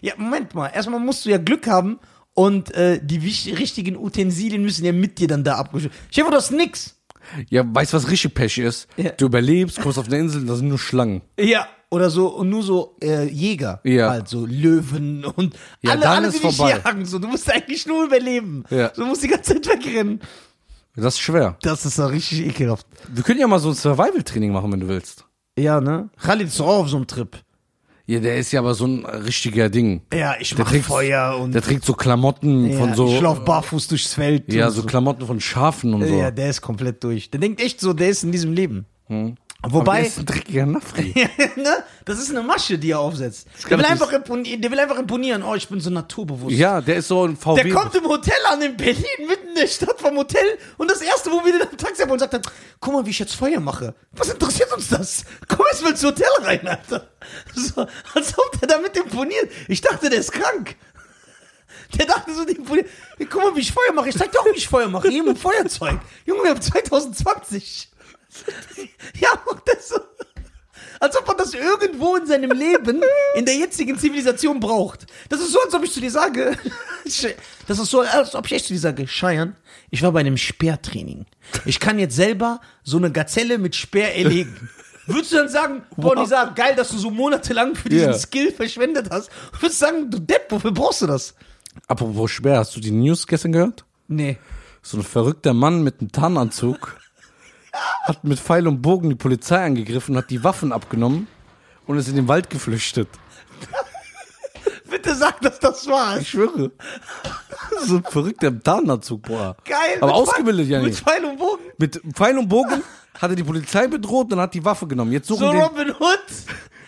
[SPEAKER 2] Ja, Moment mal. Erstmal musst du ja Glück haben und äh, die wich- richtigen Utensilien müssen ja mit dir dann da abgeschüttet werden. Chef, du hast nix.
[SPEAKER 1] Ja, weißt du, was richtig Pech ist?
[SPEAKER 2] Ja.
[SPEAKER 1] Du überlebst, kommst auf eine Insel, da sind nur Schlangen.
[SPEAKER 2] Ja. Oder so, und nur so äh, Jäger.
[SPEAKER 1] Ja.
[SPEAKER 2] Halt, so Löwen und
[SPEAKER 1] Ja,
[SPEAKER 2] alle,
[SPEAKER 1] dann
[SPEAKER 2] alle
[SPEAKER 1] ist
[SPEAKER 2] die dich
[SPEAKER 1] vorbei.
[SPEAKER 2] jagen. So, du musst eigentlich nur überleben.
[SPEAKER 1] Ja.
[SPEAKER 2] Du musst die ganze Zeit wegrennen.
[SPEAKER 1] Das ist schwer.
[SPEAKER 2] Das ist doch richtig ekelhaft.
[SPEAKER 1] Wir können ja mal so ein Survival-Training machen, wenn du willst.
[SPEAKER 2] Ja, ne? Khalid ist auch auf so einem Trip.
[SPEAKER 1] Ja, der ist ja aber so ein richtiger Ding.
[SPEAKER 2] Ja, ich
[SPEAKER 1] Der
[SPEAKER 2] mach
[SPEAKER 1] trägt-
[SPEAKER 2] Feuer und
[SPEAKER 1] Der trägt so Klamotten
[SPEAKER 2] ja,
[SPEAKER 1] von so.
[SPEAKER 2] ich lauf barfuß durchs Feld.
[SPEAKER 1] ja,
[SPEAKER 2] und
[SPEAKER 1] so Klamotten von Schafen und so.
[SPEAKER 2] Ja, der ist komplett durch. Der denkt echt so, der ist in diesem Leben.
[SPEAKER 1] Hm. Aber
[SPEAKER 2] Wobei,
[SPEAKER 1] der ist ein dreckiger Nafri.
[SPEAKER 2] ne? Das ist eine Masche, die er aufsetzt. Der
[SPEAKER 1] kann
[SPEAKER 2] will,
[SPEAKER 1] doch
[SPEAKER 2] einfach imponieren, der will einfach imponieren. Oh, ich bin so naturbewusst.
[SPEAKER 1] Ja, der ist so ein VW.
[SPEAKER 2] Der kommt im Hotel an in Berlin, mitten in der Stadt vom Hotel. Und das Erste, wo wir den am Taxi haben und sagt dann, guck mal, wie ich jetzt Feuer mache. Was interessiert uns das? Komm erst mal ins Hotel rein, Alter. So, als ob der damit imponiert. Ich dachte, der ist krank. Der dachte so, die imponiert. Guck mal, wie ich Feuer mache. Ich zeig dir auch, wie ich Feuer mache. Hier mit dem Feuerzeug. Junge, wir haben 2020. Ja, macht das so. Als ob man das irgendwo in seinem Leben, in der jetzigen Zivilisation braucht. Das ist so, als ob ich zu dir sage. Das ist so, als ob ich echt zu dir sage, Scheiern, ich war bei einem Speertraining. Ich kann jetzt selber so eine Gazelle mit Speer erlegen. Würdest du dann sagen, boah, Nisa, geil, dass du so monatelang für diesen
[SPEAKER 1] Ja.
[SPEAKER 2] Skill verschwendet hast? Würdest du sagen, du Depp, wofür brauchst du das?
[SPEAKER 1] Apropos schwer, hast du die News gestern gehört?
[SPEAKER 2] Nee.
[SPEAKER 1] So ein verrückter Mann mit einem Tarnanzug hat mit Pfeil und Bogen die Polizei angegriffen, hat die Waffen abgenommen und ist in den Wald geflüchtet.
[SPEAKER 2] Bitte sag, dass das war.
[SPEAKER 1] Ich schwöre. So ein verrückter im Tarnanzug, boah.
[SPEAKER 2] Geil.
[SPEAKER 1] Aber
[SPEAKER 2] mit
[SPEAKER 1] ausgebildet
[SPEAKER 2] Pfeil-
[SPEAKER 1] ja
[SPEAKER 2] Mit
[SPEAKER 1] nicht.
[SPEAKER 2] Pfeil und Bogen.
[SPEAKER 1] Mit Pfeil und Bogen hat er die Polizei bedroht und hat die Waffe genommen. Jetzt suchen,
[SPEAKER 2] So
[SPEAKER 1] den,
[SPEAKER 2] Robin Hood.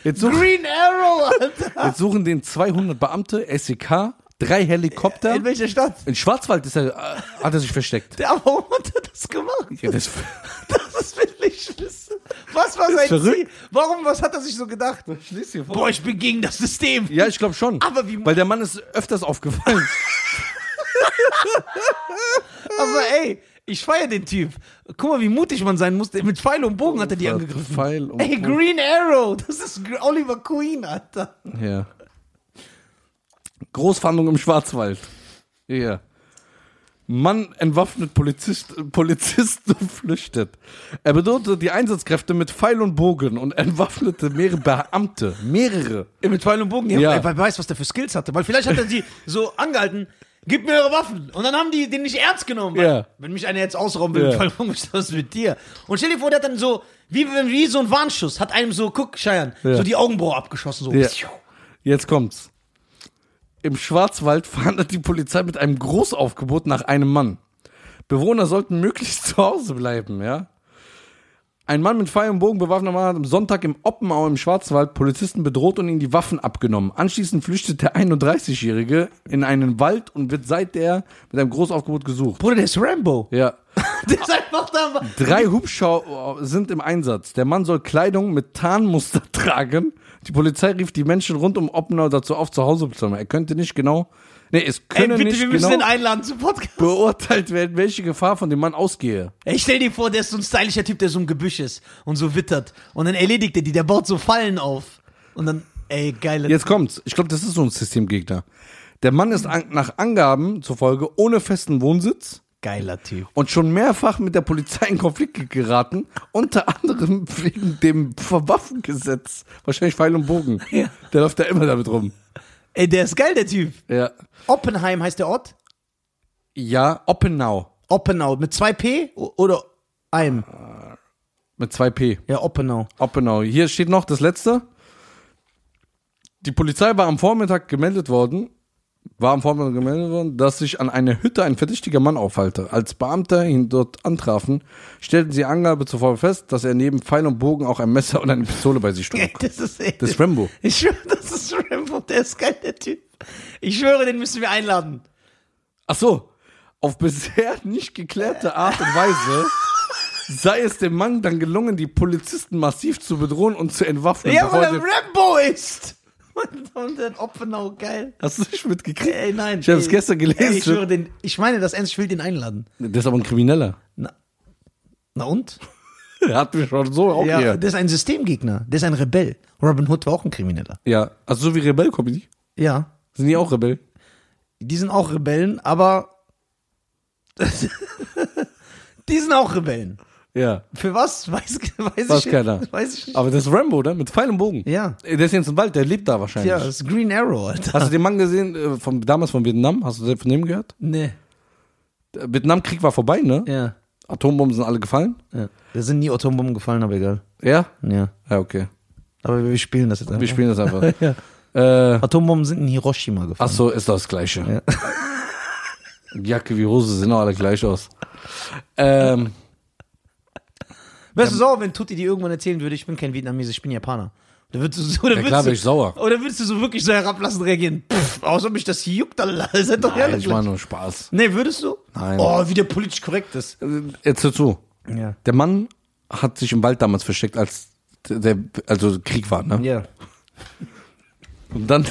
[SPEAKER 1] jetzt suchen,
[SPEAKER 2] Green Arrow, Alter.
[SPEAKER 1] jetzt suchen den 200 Beamte, SEK, drei Helikopter.
[SPEAKER 2] In welcher Stadt?
[SPEAKER 1] In Schwarzwald ist er, äh, hat er sich versteckt.
[SPEAKER 2] Der, aber warum hat er das gemacht?
[SPEAKER 1] Ja, das,
[SPEAKER 2] Das will ich wissen. Was war sein Ziel?
[SPEAKER 1] verrückt.
[SPEAKER 2] Warum, was hat er sich so gedacht? Boah, ich bin gegen das System.
[SPEAKER 1] ja, ich glaube schon.
[SPEAKER 2] Aber wie-
[SPEAKER 1] Weil der Mann ist öfters aufgefallen.
[SPEAKER 2] Aber ey, ich feier den Typ. Guck mal, wie mutig man sein musste. Mit Pfeil und Bogen hat er die angegriffen.
[SPEAKER 1] Pfeil und
[SPEAKER 2] Ey,
[SPEAKER 1] Bogen.
[SPEAKER 2] Green Arrow. Das ist Gr- Oliver Queen, Alter.
[SPEAKER 1] Ja. Großfahndung im Schwarzwald. Ja. Mann entwaffnet Polizist, äh, Polizist und flüchtet. Er bedrohte die Einsatzkräfte mit Pfeil und Bogen und entwaffnete mehrere Beamte. Mehrere.
[SPEAKER 2] Ey, mit Pfeil und Bogen. Ja.
[SPEAKER 1] Ja.
[SPEAKER 2] Ey, wer weiß, was der für Skills hatte. Weil vielleicht hat er sie so angehalten. Gib mir eure Waffen. Und dann haben die den nicht ernst genommen. Weil,
[SPEAKER 1] Ja.
[SPEAKER 2] Wenn mich einer jetzt ausrauben will,
[SPEAKER 1] Ja.
[SPEAKER 2] mit Pfeil und Bogen, was ist das mit dir? Und stell dir vor, der hat dann so, wie, wie so ein Warnschuss, hat einem so, guck, Scheiern,
[SPEAKER 1] Ja.
[SPEAKER 2] so die Augenbraue abgeschossen. So.
[SPEAKER 1] Ja. Jetzt kommt's. Im Schwarzwald verhandelt die Polizei mit einem Großaufgebot nach einem Mann. Bewohner sollten möglichst zu Hause bleiben, ja? Ein Mann mit Pfeil und Bogen bewaffneter Mann hat am Sonntag im Oppenau im Schwarzwald Polizisten bedroht und ihnen die Waffen abgenommen. Anschließend flüchtet der 31-Jährige in einen Wald und wird seither mit einem Großaufgebot gesucht.
[SPEAKER 2] Bruder, der ist Rambo.
[SPEAKER 1] Ja.
[SPEAKER 2] Der ist einfach da.
[SPEAKER 1] Drei Hubschrauber sind im Einsatz. Der Mann soll Kleidung mit Tarnmuster tragen. Die Polizei rief die Menschen rund um Oppenau dazu auf, zu Hause zu bleiben. Er könnte nicht genau. Nee, es
[SPEAKER 2] Ey,
[SPEAKER 1] könne
[SPEAKER 2] bitte, wir
[SPEAKER 1] nicht
[SPEAKER 2] müssen
[SPEAKER 1] genau
[SPEAKER 2] den einladen zum Podcast.
[SPEAKER 1] beurteilt werden, welche Gefahr von dem Mann ausgehe.
[SPEAKER 2] Ich stell dir vor, der ist so ein stylischer Typ, der so im Gebüsch ist und so wittert. Und dann erledigt er die, der baut so Fallen auf. Und dann, ey, geile.
[SPEAKER 1] Jetzt kommt's. Ich glaube, das ist so ein Systemgegner. Der Mann ist an, nach Angaben zufolge ohne festen Wohnsitz
[SPEAKER 2] Geiler Typ.
[SPEAKER 1] und schon mehrfach mit der Polizei in Konflikt geraten, unter anderem wegen dem Verwaffengesetz. Wahrscheinlich Pfeil und Bogen.
[SPEAKER 2] Ja.
[SPEAKER 1] Der läuft da immer damit rum.
[SPEAKER 2] Ey, der ist geil, der Typ.
[SPEAKER 1] Ja.
[SPEAKER 2] Oppenheim heißt der Ort.
[SPEAKER 1] Ja, Oppenau.
[SPEAKER 2] Oppenau. Mit zwei P o- oder Eim.
[SPEAKER 1] Mit 2P.
[SPEAKER 2] Ja, Oppenau.
[SPEAKER 1] Oppenau. Hier steht noch das letzte. Die Polizei war am Vormittag gemeldet worden, war am Vormittag gemeldet worden, dass sich an einer Hütte ein verdächtiger Mann aufhalte. Als Beamter ihn dort antrafen, stellten sie Angabe zuvor fest, dass er neben Pfeil und Bogen auch ein Messer und eine Pistole bei sich
[SPEAKER 2] Ey,
[SPEAKER 1] trug.
[SPEAKER 2] das ist echt.
[SPEAKER 1] Das ist Rambo.
[SPEAKER 2] Ich schwöre, das ist Rambo. Der ist geil, der Typ. Ich schwöre, den müssen wir einladen.
[SPEAKER 1] Ach so. Auf bisher nicht geklärte Art und Weise sei es dem Mann dann gelungen, die Polizisten massiv zu bedrohen und zu entwaffnen.
[SPEAKER 2] Ja,
[SPEAKER 1] bevor
[SPEAKER 2] weil er
[SPEAKER 1] sie-
[SPEAKER 2] Rambo ist. Und, und dann Oppenau, geil.
[SPEAKER 1] Hast du nicht mitgekriegt?
[SPEAKER 2] Ey, nein.
[SPEAKER 1] Ich hab's
[SPEAKER 2] Ey,
[SPEAKER 1] gestern gelesen.
[SPEAKER 2] Ey, ich, schwöre den, ich meine das ernst, ich will den einladen.
[SPEAKER 1] Das ist aber ein Krimineller.
[SPEAKER 2] Na, na und?
[SPEAKER 1] Hat mich schon so auch
[SPEAKER 2] Oh, ja,
[SPEAKER 1] ja. hier.
[SPEAKER 2] das ist ein Systemgegner, der ist ein Rebell. Robin Hood war auch ein Krimineller.
[SPEAKER 1] Ja, also so wie Rebell kommen die.
[SPEAKER 2] Ja,
[SPEAKER 1] Sind die auch Rebell?
[SPEAKER 2] die sind auch Rebellen, aber die sind auch Rebellen.
[SPEAKER 1] Ja.
[SPEAKER 2] Für was? Weiß, weiß
[SPEAKER 1] Weiß
[SPEAKER 2] ich
[SPEAKER 1] keiner.
[SPEAKER 2] nicht. Weiß ich nicht.
[SPEAKER 1] Aber das ist Rambo, ne? Mit Pfeil und Bogen.
[SPEAKER 2] Ja.
[SPEAKER 1] Ey, Der ist jetzt im Wald, der lebt da wahrscheinlich.
[SPEAKER 2] Ja, das ist Green Arrow, Alter.
[SPEAKER 1] Hast du den Mann gesehen, äh, vom, damals von Vietnam? Hast du von dem gehört?
[SPEAKER 2] Nee.
[SPEAKER 1] Der Vietnamkrieg war vorbei, ne?
[SPEAKER 2] Ja.
[SPEAKER 1] Atombomben sind alle gefallen?
[SPEAKER 2] ja. Da sind nie Atombomben gefallen, aber egal.
[SPEAKER 1] Ja?
[SPEAKER 2] Ja.
[SPEAKER 1] Ja, okay.
[SPEAKER 2] Aber wir spielen das jetzt
[SPEAKER 1] Wir
[SPEAKER 2] einfach.
[SPEAKER 1] spielen das einfach.
[SPEAKER 2] Ja.
[SPEAKER 1] äh,
[SPEAKER 2] Atombomben sind in Hiroshima gefallen.
[SPEAKER 1] Achso, ist doch das Gleiche. Jacke wie Hose sehen auch alle gleich aus. Ähm,
[SPEAKER 2] Wärst du sauer, wenn Tutti dir irgendwann erzählen würde, ich bin kein Vietnamese, ich bin Japaner? Oder würdest du so, oder
[SPEAKER 1] ja,
[SPEAKER 2] würdest
[SPEAKER 1] klar
[SPEAKER 2] du,
[SPEAKER 1] bin ich sauer.
[SPEAKER 2] Oder würdest du so wirklich so herablassend reagieren? Pff, außer mich das juckt, Alter. Das ist doch
[SPEAKER 1] Nein,
[SPEAKER 2] ehrlich.
[SPEAKER 1] ich war nur Spaß.
[SPEAKER 2] Nee, würdest du?
[SPEAKER 1] Nein.
[SPEAKER 2] Oh, wie der politisch korrekt ist.
[SPEAKER 1] Jetzt hör zu.
[SPEAKER 2] Ja.
[SPEAKER 1] Der Mann hat sich im Wald damals versteckt, als der also Krieg war, ne?
[SPEAKER 2] Ja.
[SPEAKER 1] Und dann,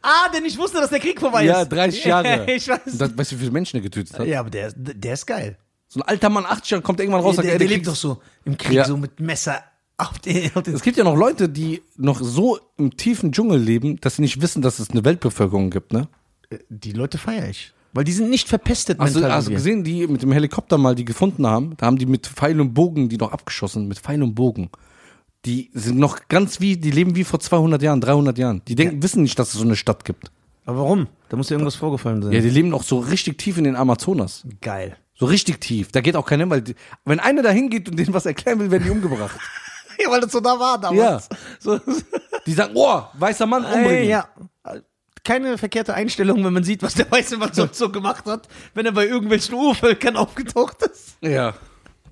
[SPEAKER 2] Ah, denn ich wusste, dass der Krieg vorbei
[SPEAKER 1] ja,
[SPEAKER 2] ist.
[SPEAKER 1] 30 Jahre.
[SPEAKER 2] ich weiß.
[SPEAKER 1] Und dann, weißt du, wie viele Menschen er getötet hat?
[SPEAKER 2] Ja, aber der, der ist geil.
[SPEAKER 1] So ein alter Mann, 80 Jahre, kommt irgendwann raus,
[SPEAKER 2] der,
[SPEAKER 1] sagt,
[SPEAKER 2] der,
[SPEAKER 1] ey, der
[SPEAKER 2] lebt
[SPEAKER 1] Krieg-
[SPEAKER 2] doch so im Krieg,
[SPEAKER 1] Ja.
[SPEAKER 2] so mit Messer auf den. Auf den
[SPEAKER 1] Es gibt ja noch Leute, die noch so im tiefen Dschungel leben, dass sie nicht wissen, dass es eine Weltbevölkerung gibt, ne?
[SPEAKER 2] die Leute feiere ich. Weil die sind nicht verpestet
[SPEAKER 1] Hast du
[SPEAKER 2] mental.
[SPEAKER 1] hast
[SPEAKER 2] wie
[SPEAKER 1] du
[SPEAKER 2] wir.
[SPEAKER 1] gesehen, die mit dem Helikopter mal die gefunden haben? Da haben die mit Pfeil und Bogen die noch abgeschossen, mit Pfeil und Bogen. Die sind noch ganz wie, die leben wie vor 200 Jahren, 300 Jahren. Die denken, wissen nicht, dass es so eine Stadt gibt.
[SPEAKER 2] Aber warum? Da muss ja irgendwas vorgefallen sein.
[SPEAKER 1] Ja, die leben auch so richtig tief in den Amazonas.
[SPEAKER 2] Geil.
[SPEAKER 1] So richtig tief. Da geht auch keiner hin, weil die, wenn einer da hingeht und denen was erklären will, werden die umgebracht.
[SPEAKER 2] Ja, weil das so da war
[SPEAKER 1] ja.
[SPEAKER 2] damals.
[SPEAKER 1] So, die sagen, oh, weißer Mann, umbringen.
[SPEAKER 2] Ey, ja. Keine verkehrte Einstellung, wenn man sieht, was der weiße Mann sonst so gemacht hat, wenn er bei irgendwelchen Urvölkern aufgetaucht ist.
[SPEAKER 1] Ja.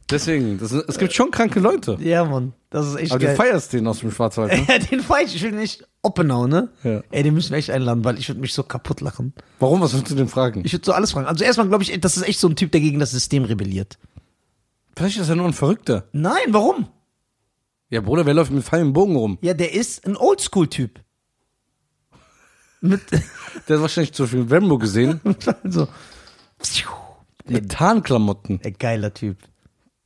[SPEAKER 1] Deswegen, das, ist- es gibt schon kranke Leute.
[SPEAKER 2] Ja, Mann. Das ist echt
[SPEAKER 1] Aber du
[SPEAKER 2] geil.
[SPEAKER 1] feierst den aus dem Schwarzwald. Ne?
[SPEAKER 2] ja, den feier ich. Ich will nicht Oppenau, ne?
[SPEAKER 1] Ja.
[SPEAKER 2] Ey, den müssen wir echt einladen, weil ich würde mich so kaputt lachen.
[SPEAKER 1] Warum? Was willst du denn fragen?
[SPEAKER 2] Ich würde so alles fragen. Also erstmal glaube ich, das ist echt so ein Typ, der gegen das System rebelliert.
[SPEAKER 1] Vielleicht ist er nur ein Verrückter.
[SPEAKER 2] Nein, warum?
[SPEAKER 1] Ja, Bruder, wer läuft mit feinem Bogen rum?
[SPEAKER 2] Ja, der ist ein Oldschool-Typ. Mit, also,
[SPEAKER 1] Der hat wahrscheinlich zu viel Rambo gesehen.
[SPEAKER 2] so.
[SPEAKER 1] mit Tarnklamotten.
[SPEAKER 2] Ein geiler Typ.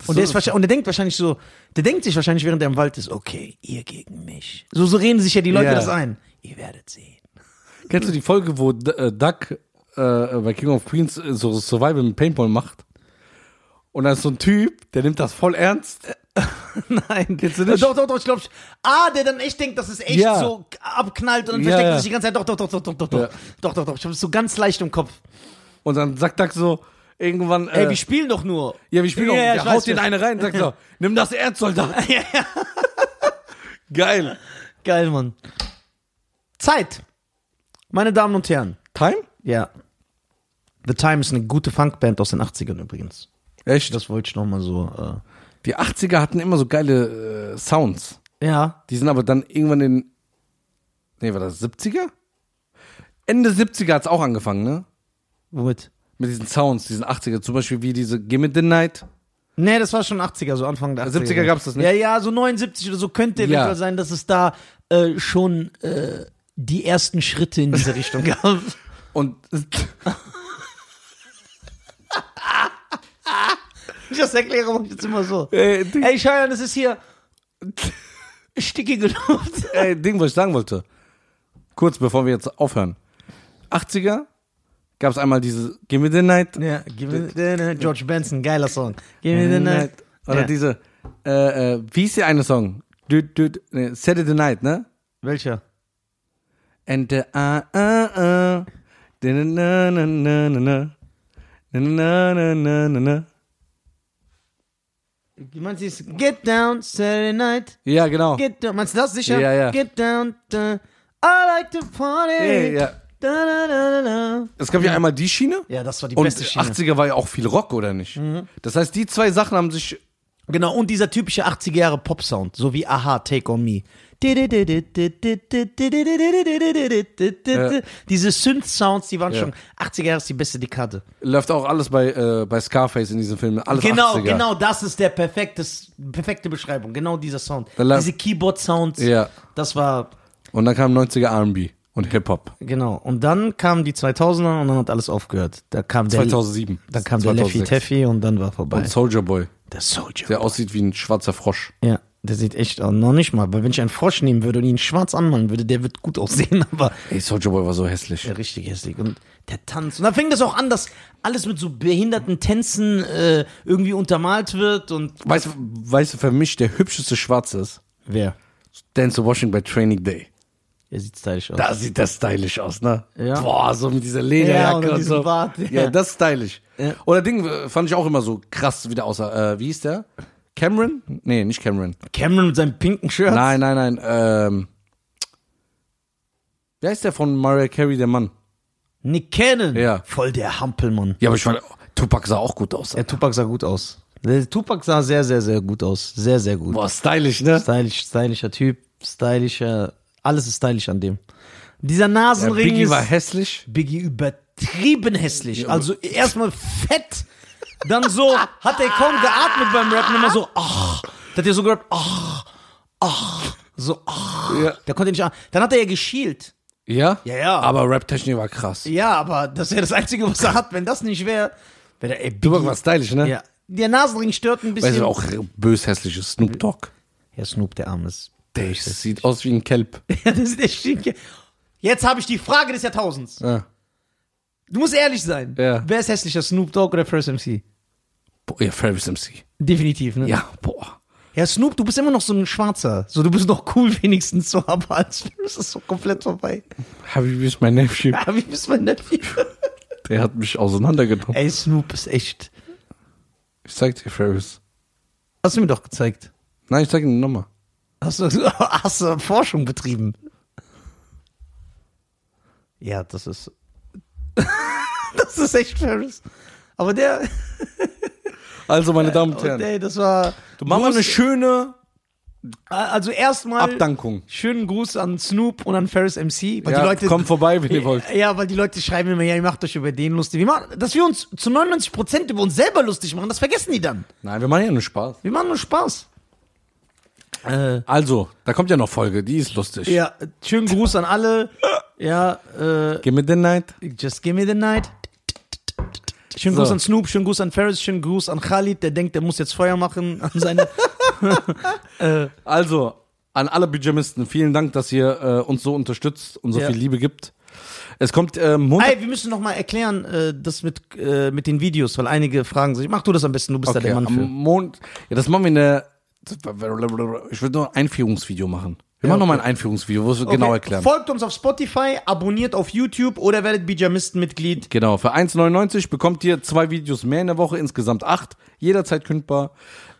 [SPEAKER 2] Und der, ist wahrscheinlich, und der denkt wahrscheinlich so, der denkt sich wahrscheinlich, während er im Wald ist, okay, ihr gegen mich. So, so reden sich ja die Leute
[SPEAKER 1] Ja.
[SPEAKER 2] das ein. Ihr werdet sehen.
[SPEAKER 1] Kennst du die Folge, wo D äh, Duck äh, bei King of Queens äh, so Survival mit Paintball macht? Und dann ist so ein Typ, der nimmt das voll ernst.
[SPEAKER 2] Nein. Kennst
[SPEAKER 1] du nicht?
[SPEAKER 2] Doch, doch, doch, ich glaube, ah, der dann echt denkt, dass es echt
[SPEAKER 1] Ja.
[SPEAKER 2] so abknallt und dann
[SPEAKER 1] Ja,
[SPEAKER 2] versteckt er
[SPEAKER 1] ja.
[SPEAKER 2] sich die ganze Zeit. Doch, doch, doch, doch, doch, doch, doch.
[SPEAKER 1] Ja.
[SPEAKER 2] Doch, doch, doch. Ich habe es so ganz leicht im Kopf.
[SPEAKER 1] Und dann sagt Duck so irgendwann, äh,
[SPEAKER 2] Ey, wir spielen doch nur.
[SPEAKER 1] ja, wir spielen noch,
[SPEAKER 2] Ja, ja, ich
[SPEAKER 1] der
[SPEAKER 2] weiß,
[SPEAKER 1] haut den
[SPEAKER 2] wer-
[SPEAKER 1] eine rein und sagt so, nimm das ernst, Soldat.
[SPEAKER 2] Ja, ja.
[SPEAKER 1] Geil.
[SPEAKER 2] Geil, Mann. Zeit. Meine Damen und Herren.
[SPEAKER 1] Time?
[SPEAKER 2] Ja. The Time ist eine gute Funkband aus den 80ern übrigens.
[SPEAKER 1] Echt?
[SPEAKER 2] Das wollte ich nochmal so.
[SPEAKER 1] Die 80er hatten immer so geile äh, Sounds.
[SPEAKER 2] Äh. Ja.
[SPEAKER 1] Die sind aber dann irgendwann in. Nee, war das 70er? Ende 70er hat's auch angefangen, ne?
[SPEAKER 2] Womit?
[SPEAKER 1] Mit diesen Sounds, diesen 80er, zum Beispiel wie diese Gimme the Night.
[SPEAKER 2] Nee, das war schon 80er, so Anfang der 80er.
[SPEAKER 1] 70er gab's das nicht?
[SPEAKER 2] Ja, ja, so 79 oder so könnte
[SPEAKER 1] Ja.
[SPEAKER 2] eventuell sein, dass es da äh, schon äh, die ersten Schritte in diese Richtung gab.
[SPEAKER 1] Und
[SPEAKER 2] Ich das erkläre warum ich jetzt immer so.
[SPEAKER 1] Äh, Ding.
[SPEAKER 2] Ey, Scheiern, das ist hier stickige Luft.
[SPEAKER 1] äh, Ding, was ich sagen wollte. Kurz bevor wir jetzt aufhören. 80er gab's einmal diese Gimme the Night.
[SPEAKER 2] Ja, give me the, George Benson, geiler Song. Give me the night.
[SPEAKER 1] Äh, Oder
[SPEAKER 2] Ja.
[SPEAKER 1] diese, äh, äh, wie ist der eine Song? Du, du, nee, Saturday Night, ne?
[SPEAKER 2] Welcher?
[SPEAKER 1] And the ah ah ah. Da, Na na na na na. Na na na na na na.
[SPEAKER 2] Du meinst dieses Get Down Saturday Night?
[SPEAKER 1] Ja, genau.
[SPEAKER 2] Get down. Meinst du das sicher?
[SPEAKER 1] Ja, ja.
[SPEAKER 2] Get down. Da, I like to party.
[SPEAKER 1] Ja, ja.
[SPEAKER 2] Da, da, da, da, da.
[SPEAKER 1] Es gab ja einmal die Schiene.
[SPEAKER 2] Ja, das war die
[SPEAKER 1] Und
[SPEAKER 2] beste Schiene. Mhm.
[SPEAKER 1] 80er war ja auch viel Rock, oder nicht? Das heißt, die zwei Sachen haben sich.
[SPEAKER 2] Genau, und dieser typische 80er Jahre Pop-Sound, so wie Aha, Take on Me. Diese Synth-Sounds, die waren
[SPEAKER 1] Ja.
[SPEAKER 2] schon 80er Jahre ist die beste Dekade.
[SPEAKER 1] Läuft auch alles bei, äh, bei Scarface in diesem Film. Alles
[SPEAKER 2] Genau,
[SPEAKER 1] 80er.
[SPEAKER 2] genau, das ist der perfekte, perfekte Beschreibung. Genau dieser Sound.
[SPEAKER 1] Da lag-
[SPEAKER 2] Diese Keyboard-Sounds,
[SPEAKER 1] Ja.
[SPEAKER 2] das war,
[SPEAKER 1] Und dann kam 90er RB und Hip-Hop.
[SPEAKER 2] genau. Und dann kamen die 2000er und dann hat alles aufgehört. Da kam der,
[SPEAKER 1] 2007.
[SPEAKER 2] dann kam der
[SPEAKER 1] 2006.
[SPEAKER 2] Leffy Teffy und dann war vorbei.
[SPEAKER 1] Und Soldier Boy,
[SPEAKER 2] der Soldier.
[SPEAKER 1] der aussieht wie ein schwarzer Frosch.
[SPEAKER 2] Ja, der sieht echt aus. Noch nicht mal, weil wenn ich einen Frosch nehmen würde und ihn schwarz anmalen würde, der wird gut aussehen, aber
[SPEAKER 1] Ey, Soldier Boy war so hässlich.
[SPEAKER 2] der richtig hässlich. Und der Tanz. Und dann fängt das auch an, dass alles mit so behinderten Tänzen äh, irgendwie untermalt wird und.
[SPEAKER 1] Weißt, du- weißt du, für mich der hübscheste Schwarze ist?
[SPEAKER 2] Wer?
[SPEAKER 1] Denzel Washington bei Training Day.
[SPEAKER 2] Er sieht stylisch aus.
[SPEAKER 1] Da sieht das stylisch aus, ne?
[SPEAKER 2] Ja.
[SPEAKER 1] Boah, so mit dieser Lederjacke
[SPEAKER 2] Ja, und mit
[SPEAKER 1] und,
[SPEAKER 2] diesem
[SPEAKER 1] so.
[SPEAKER 2] Bart, ja.
[SPEAKER 1] ja. das ist stylisch.
[SPEAKER 2] Ja.
[SPEAKER 1] Oder Ding äh, fand ich auch immer so krass wieder außer äh, wie hieß der? Cameron? Nee, nicht Cameron.
[SPEAKER 2] Cameron mit seinem pinken Shirt.
[SPEAKER 1] Nein, nein, nein. Ähm, wer ist der von Mariah Carey, der Mann?
[SPEAKER 2] Nick Cannon.
[SPEAKER 1] Ja.
[SPEAKER 2] Voll der Hampelmann.
[SPEAKER 1] Ja, aber ich fand, Tupac sah auch gut aus.
[SPEAKER 2] Der Tupac sah gut aus. Der Tupac sah sehr, sehr, sehr gut aus. Sehr, sehr gut.
[SPEAKER 1] Boah, stylisch, ne?
[SPEAKER 2] Stylisch, stylischer Typ. Stylischer. Alles ist stylisch an dem. Dieser Nasenring
[SPEAKER 1] Biggie
[SPEAKER 2] ist.
[SPEAKER 1] war hässlich.
[SPEAKER 2] Biggie übertrieben hässlich. Also erstmal fett, dann so hat er kaum geatmet beim Rappen, immer so, ach, da hat er so gehört, ach, ach, so, ach.
[SPEAKER 1] Ja.
[SPEAKER 2] Da konnte er nicht atmen. Dann hat er ja geschielt.
[SPEAKER 1] Ja?
[SPEAKER 2] Ja, ja.
[SPEAKER 1] Aber Rap-Technik war krass.
[SPEAKER 2] Ja, aber das wäre das Einzige, was er hat. Wenn das nicht wäre, wäre der, ey, Biggie.
[SPEAKER 1] Tupac war stylisch, ne?
[SPEAKER 2] Ja. Der Nasenring stört ein bisschen.
[SPEAKER 1] Weißt du, auch bös hässlich ist Snoop Dogg.
[SPEAKER 2] Ja, Snoop, der Arme ist.
[SPEAKER 1] Der sieht aus wie ein Kelp.
[SPEAKER 2] Ja, das ist der Schinke. Jetzt habe ich die Frage des Jahrtausends.
[SPEAKER 1] Ja.
[SPEAKER 2] Du musst ehrlich sein.
[SPEAKER 1] Ja.
[SPEAKER 2] Wer ist hässlicher, Snoop Dogg oder First MC?
[SPEAKER 1] Boah, ja, Ferris MC.
[SPEAKER 2] Definitiv, ne?
[SPEAKER 1] Ja, boah.
[SPEAKER 2] Ja, Snoop, du bist immer noch so ein Schwarzer. So, du bist noch cool wenigstens so, aber als ist es so komplett vorbei.
[SPEAKER 1] Habibi ist mein Nephew.
[SPEAKER 2] Aber wie bist mein Nephew?
[SPEAKER 1] Der hat mich auseinandergenommen.
[SPEAKER 2] Ey, Snoop ist echt.
[SPEAKER 1] Ich zeig dir Ferris.
[SPEAKER 2] Hast du mir doch gezeigt.
[SPEAKER 1] Nein, ich zeig dir eine Nummer.
[SPEAKER 2] Hast du, hast du Forschung betrieben? Ja, das ist. das ist echt Ferris. Aber der.
[SPEAKER 1] Also, meine Damen und
[SPEAKER 2] Und
[SPEAKER 1] Herren,
[SPEAKER 2] ey, das war.
[SPEAKER 1] du machst mal eine schöne
[SPEAKER 2] Also
[SPEAKER 1] Äh,
[SPEAKER 2] erstmal.
[SPEAKER 1] Abdankung.
[SPEAKER 2] Schönen Gruß an Snoop und an Ferris MC. Weil
[SPEAKER 1] Ja,
[SPEAKER 2] die Leute,
[SPEAKER 1] kommt vorbei, wenn ihr wollt.
[SPEAKER 2] Ja, weil die Leute schreiben immer, ja, ihr macht euch über den lustig. Wir machen, dass wir uns zu 99% über uns selber lustig machen, das vergessen die dann.
[SPEAKER 1] Nein, wir machen ja nur Spaß.
[SPEAKER 2] Wir machen nur Spaß. Äh,
[SPEAKER 1] Also, da kommt ja noch Folge, die ist lustig.
[SPEAKER 2] ja, schönen Gruß an alle. Ja, äh,
[SPEAKER 1] Give me the night.
[SPEAKER 2] just give me the night. Schönen
[SPEAKER 1] So.
[SPEAKER 2] Gruß an Snoop, schönen Gruß an Ferris, schönen Gruß an Khalid, der denkt, der muss jetzt Feuer machen an seine.
[SPEAKER 1] Also, an alle Pyjamisten, vielen Dank, dass ihr äh, uns so unterstützt und so
[SPEAKER 2] Ja.
[SPEAKER 1] viel Liebe gibt. Es kommt ähm, Montag.
[SPEAKER 2] Ey, wir müssen noch mal erklären, äh, das mit, äh, mit den Videos, weil einige fragen sich, mach du das am besten, du bist da der Mann
[SPEAKER 1] am
[SPEAKER 2] für.
[SPEAKER 1] Mond. Ja, das machen wir in der. Ich will nur ein Einführungsvideo machen. Wir machen noch mal ein Einführungsvideo, wo wir es genau
[SPEAKER 2] Okay,
[SPEAKER 1] erklären.
[SPEAKER 2] Folgt uns auf Spotify, abonniert auf YouTube oder werdet Bijamisten-Mitglied.
[SPEAKER 1] Genau, für 1,99 bekommt ihr zwei Videos mehr in der Woche, insgesamt acht, jederzeit kündbar.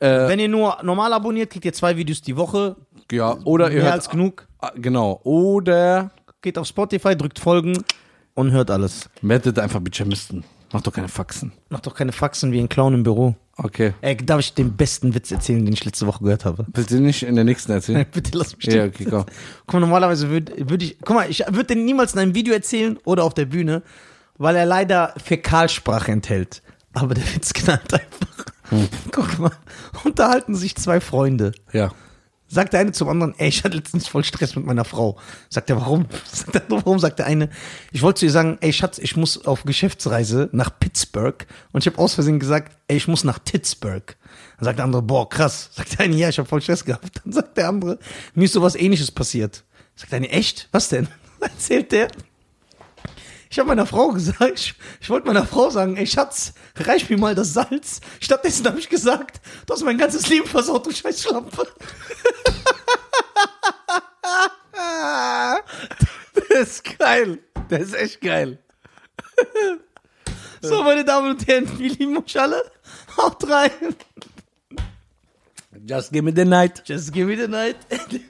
[SPEAKER 1] Äh.
[SPEAKER 2] Wenn ihr nur normal abonniert, kriegt ihr zwei Videos die Woche.
[SPEAKER 1] Ja, oder ihr
[SPEAKER 2] Mehr
[SPEAKER 1] hört,
[SPEAKER 2] als genug.
[SPEAKER 1] Ah, Genau, oder
[SPEAKER 2] Geht auf Spotify, drückt Folgen und hört alles.
[SPEAKER 1] meldet einfach Pyjamisten. Macht doch keine Faxen.
[SPEAKER 2] Macht doch keine Faxen wie ein Clown im Büro.
[SPEAKER 1] Okay.
[SPEAKER 2] Ey, darf ich den besten Witz erzählen, den ich letzte Woche gehört habe?
[SPEAKER 1] Willst du nicht in der nächsten erzählen?
[SPEAKER 2] Bitte lass mich
[SPEAKER 1] ja,
[SPEAKER 2] den.
[SPEAKER 1] okay, komm.
[SPEAKER 2] Guck mal, normalerweise würde würd ich, guck mal, ich würde den niemals in einem Video erzählen oder auf der Bühne, weil er leider Fäkalsprache enthält. Aber der Witz knallt einfach. Guck mal, unterhalten sich zwei Freunde.
[SPEAKER 1] Ja.
[SPEAKER 2] Sagt der eine zum anderen, ey, ich hatte letztens voll Stress mit meiner Frau. Sagt er, warum? Sagt er, warum? Sagt der eine, ich wollte zu ihr sagen, ey, Schatz, ich muss auf Geschäftsreise nach Pittsburgh. Und ich habe aus Versehen gesagt, ey, ich muss nach Pittsburgh. Dann sagt der andere, boah, krass. Sagt der eine, ja, ich habe voll Stress gehabt. Dann sagt der andere, mir ist sowas ähnliches passiert. Sagt der eine, echt? Was denn? Erzählt der, ich habe meiner Frau gesagt, ich, ich wollte meiner Frau sagen, ey Schatz, reich mir mal das Salz. Stattdessen habe ich gesagt, du hast mein ganzes Leben versaut, du scheiß Schlampe.
[SPEAKER 1] Der ist geil. Der ist echt geil.
[SPEAKER 2] So, meine Damen und Herren, wir lieben euch alle. Haut rein.
[SPEAKER 1] Just give me the night.
[SPEAKER 2] Just give me the night.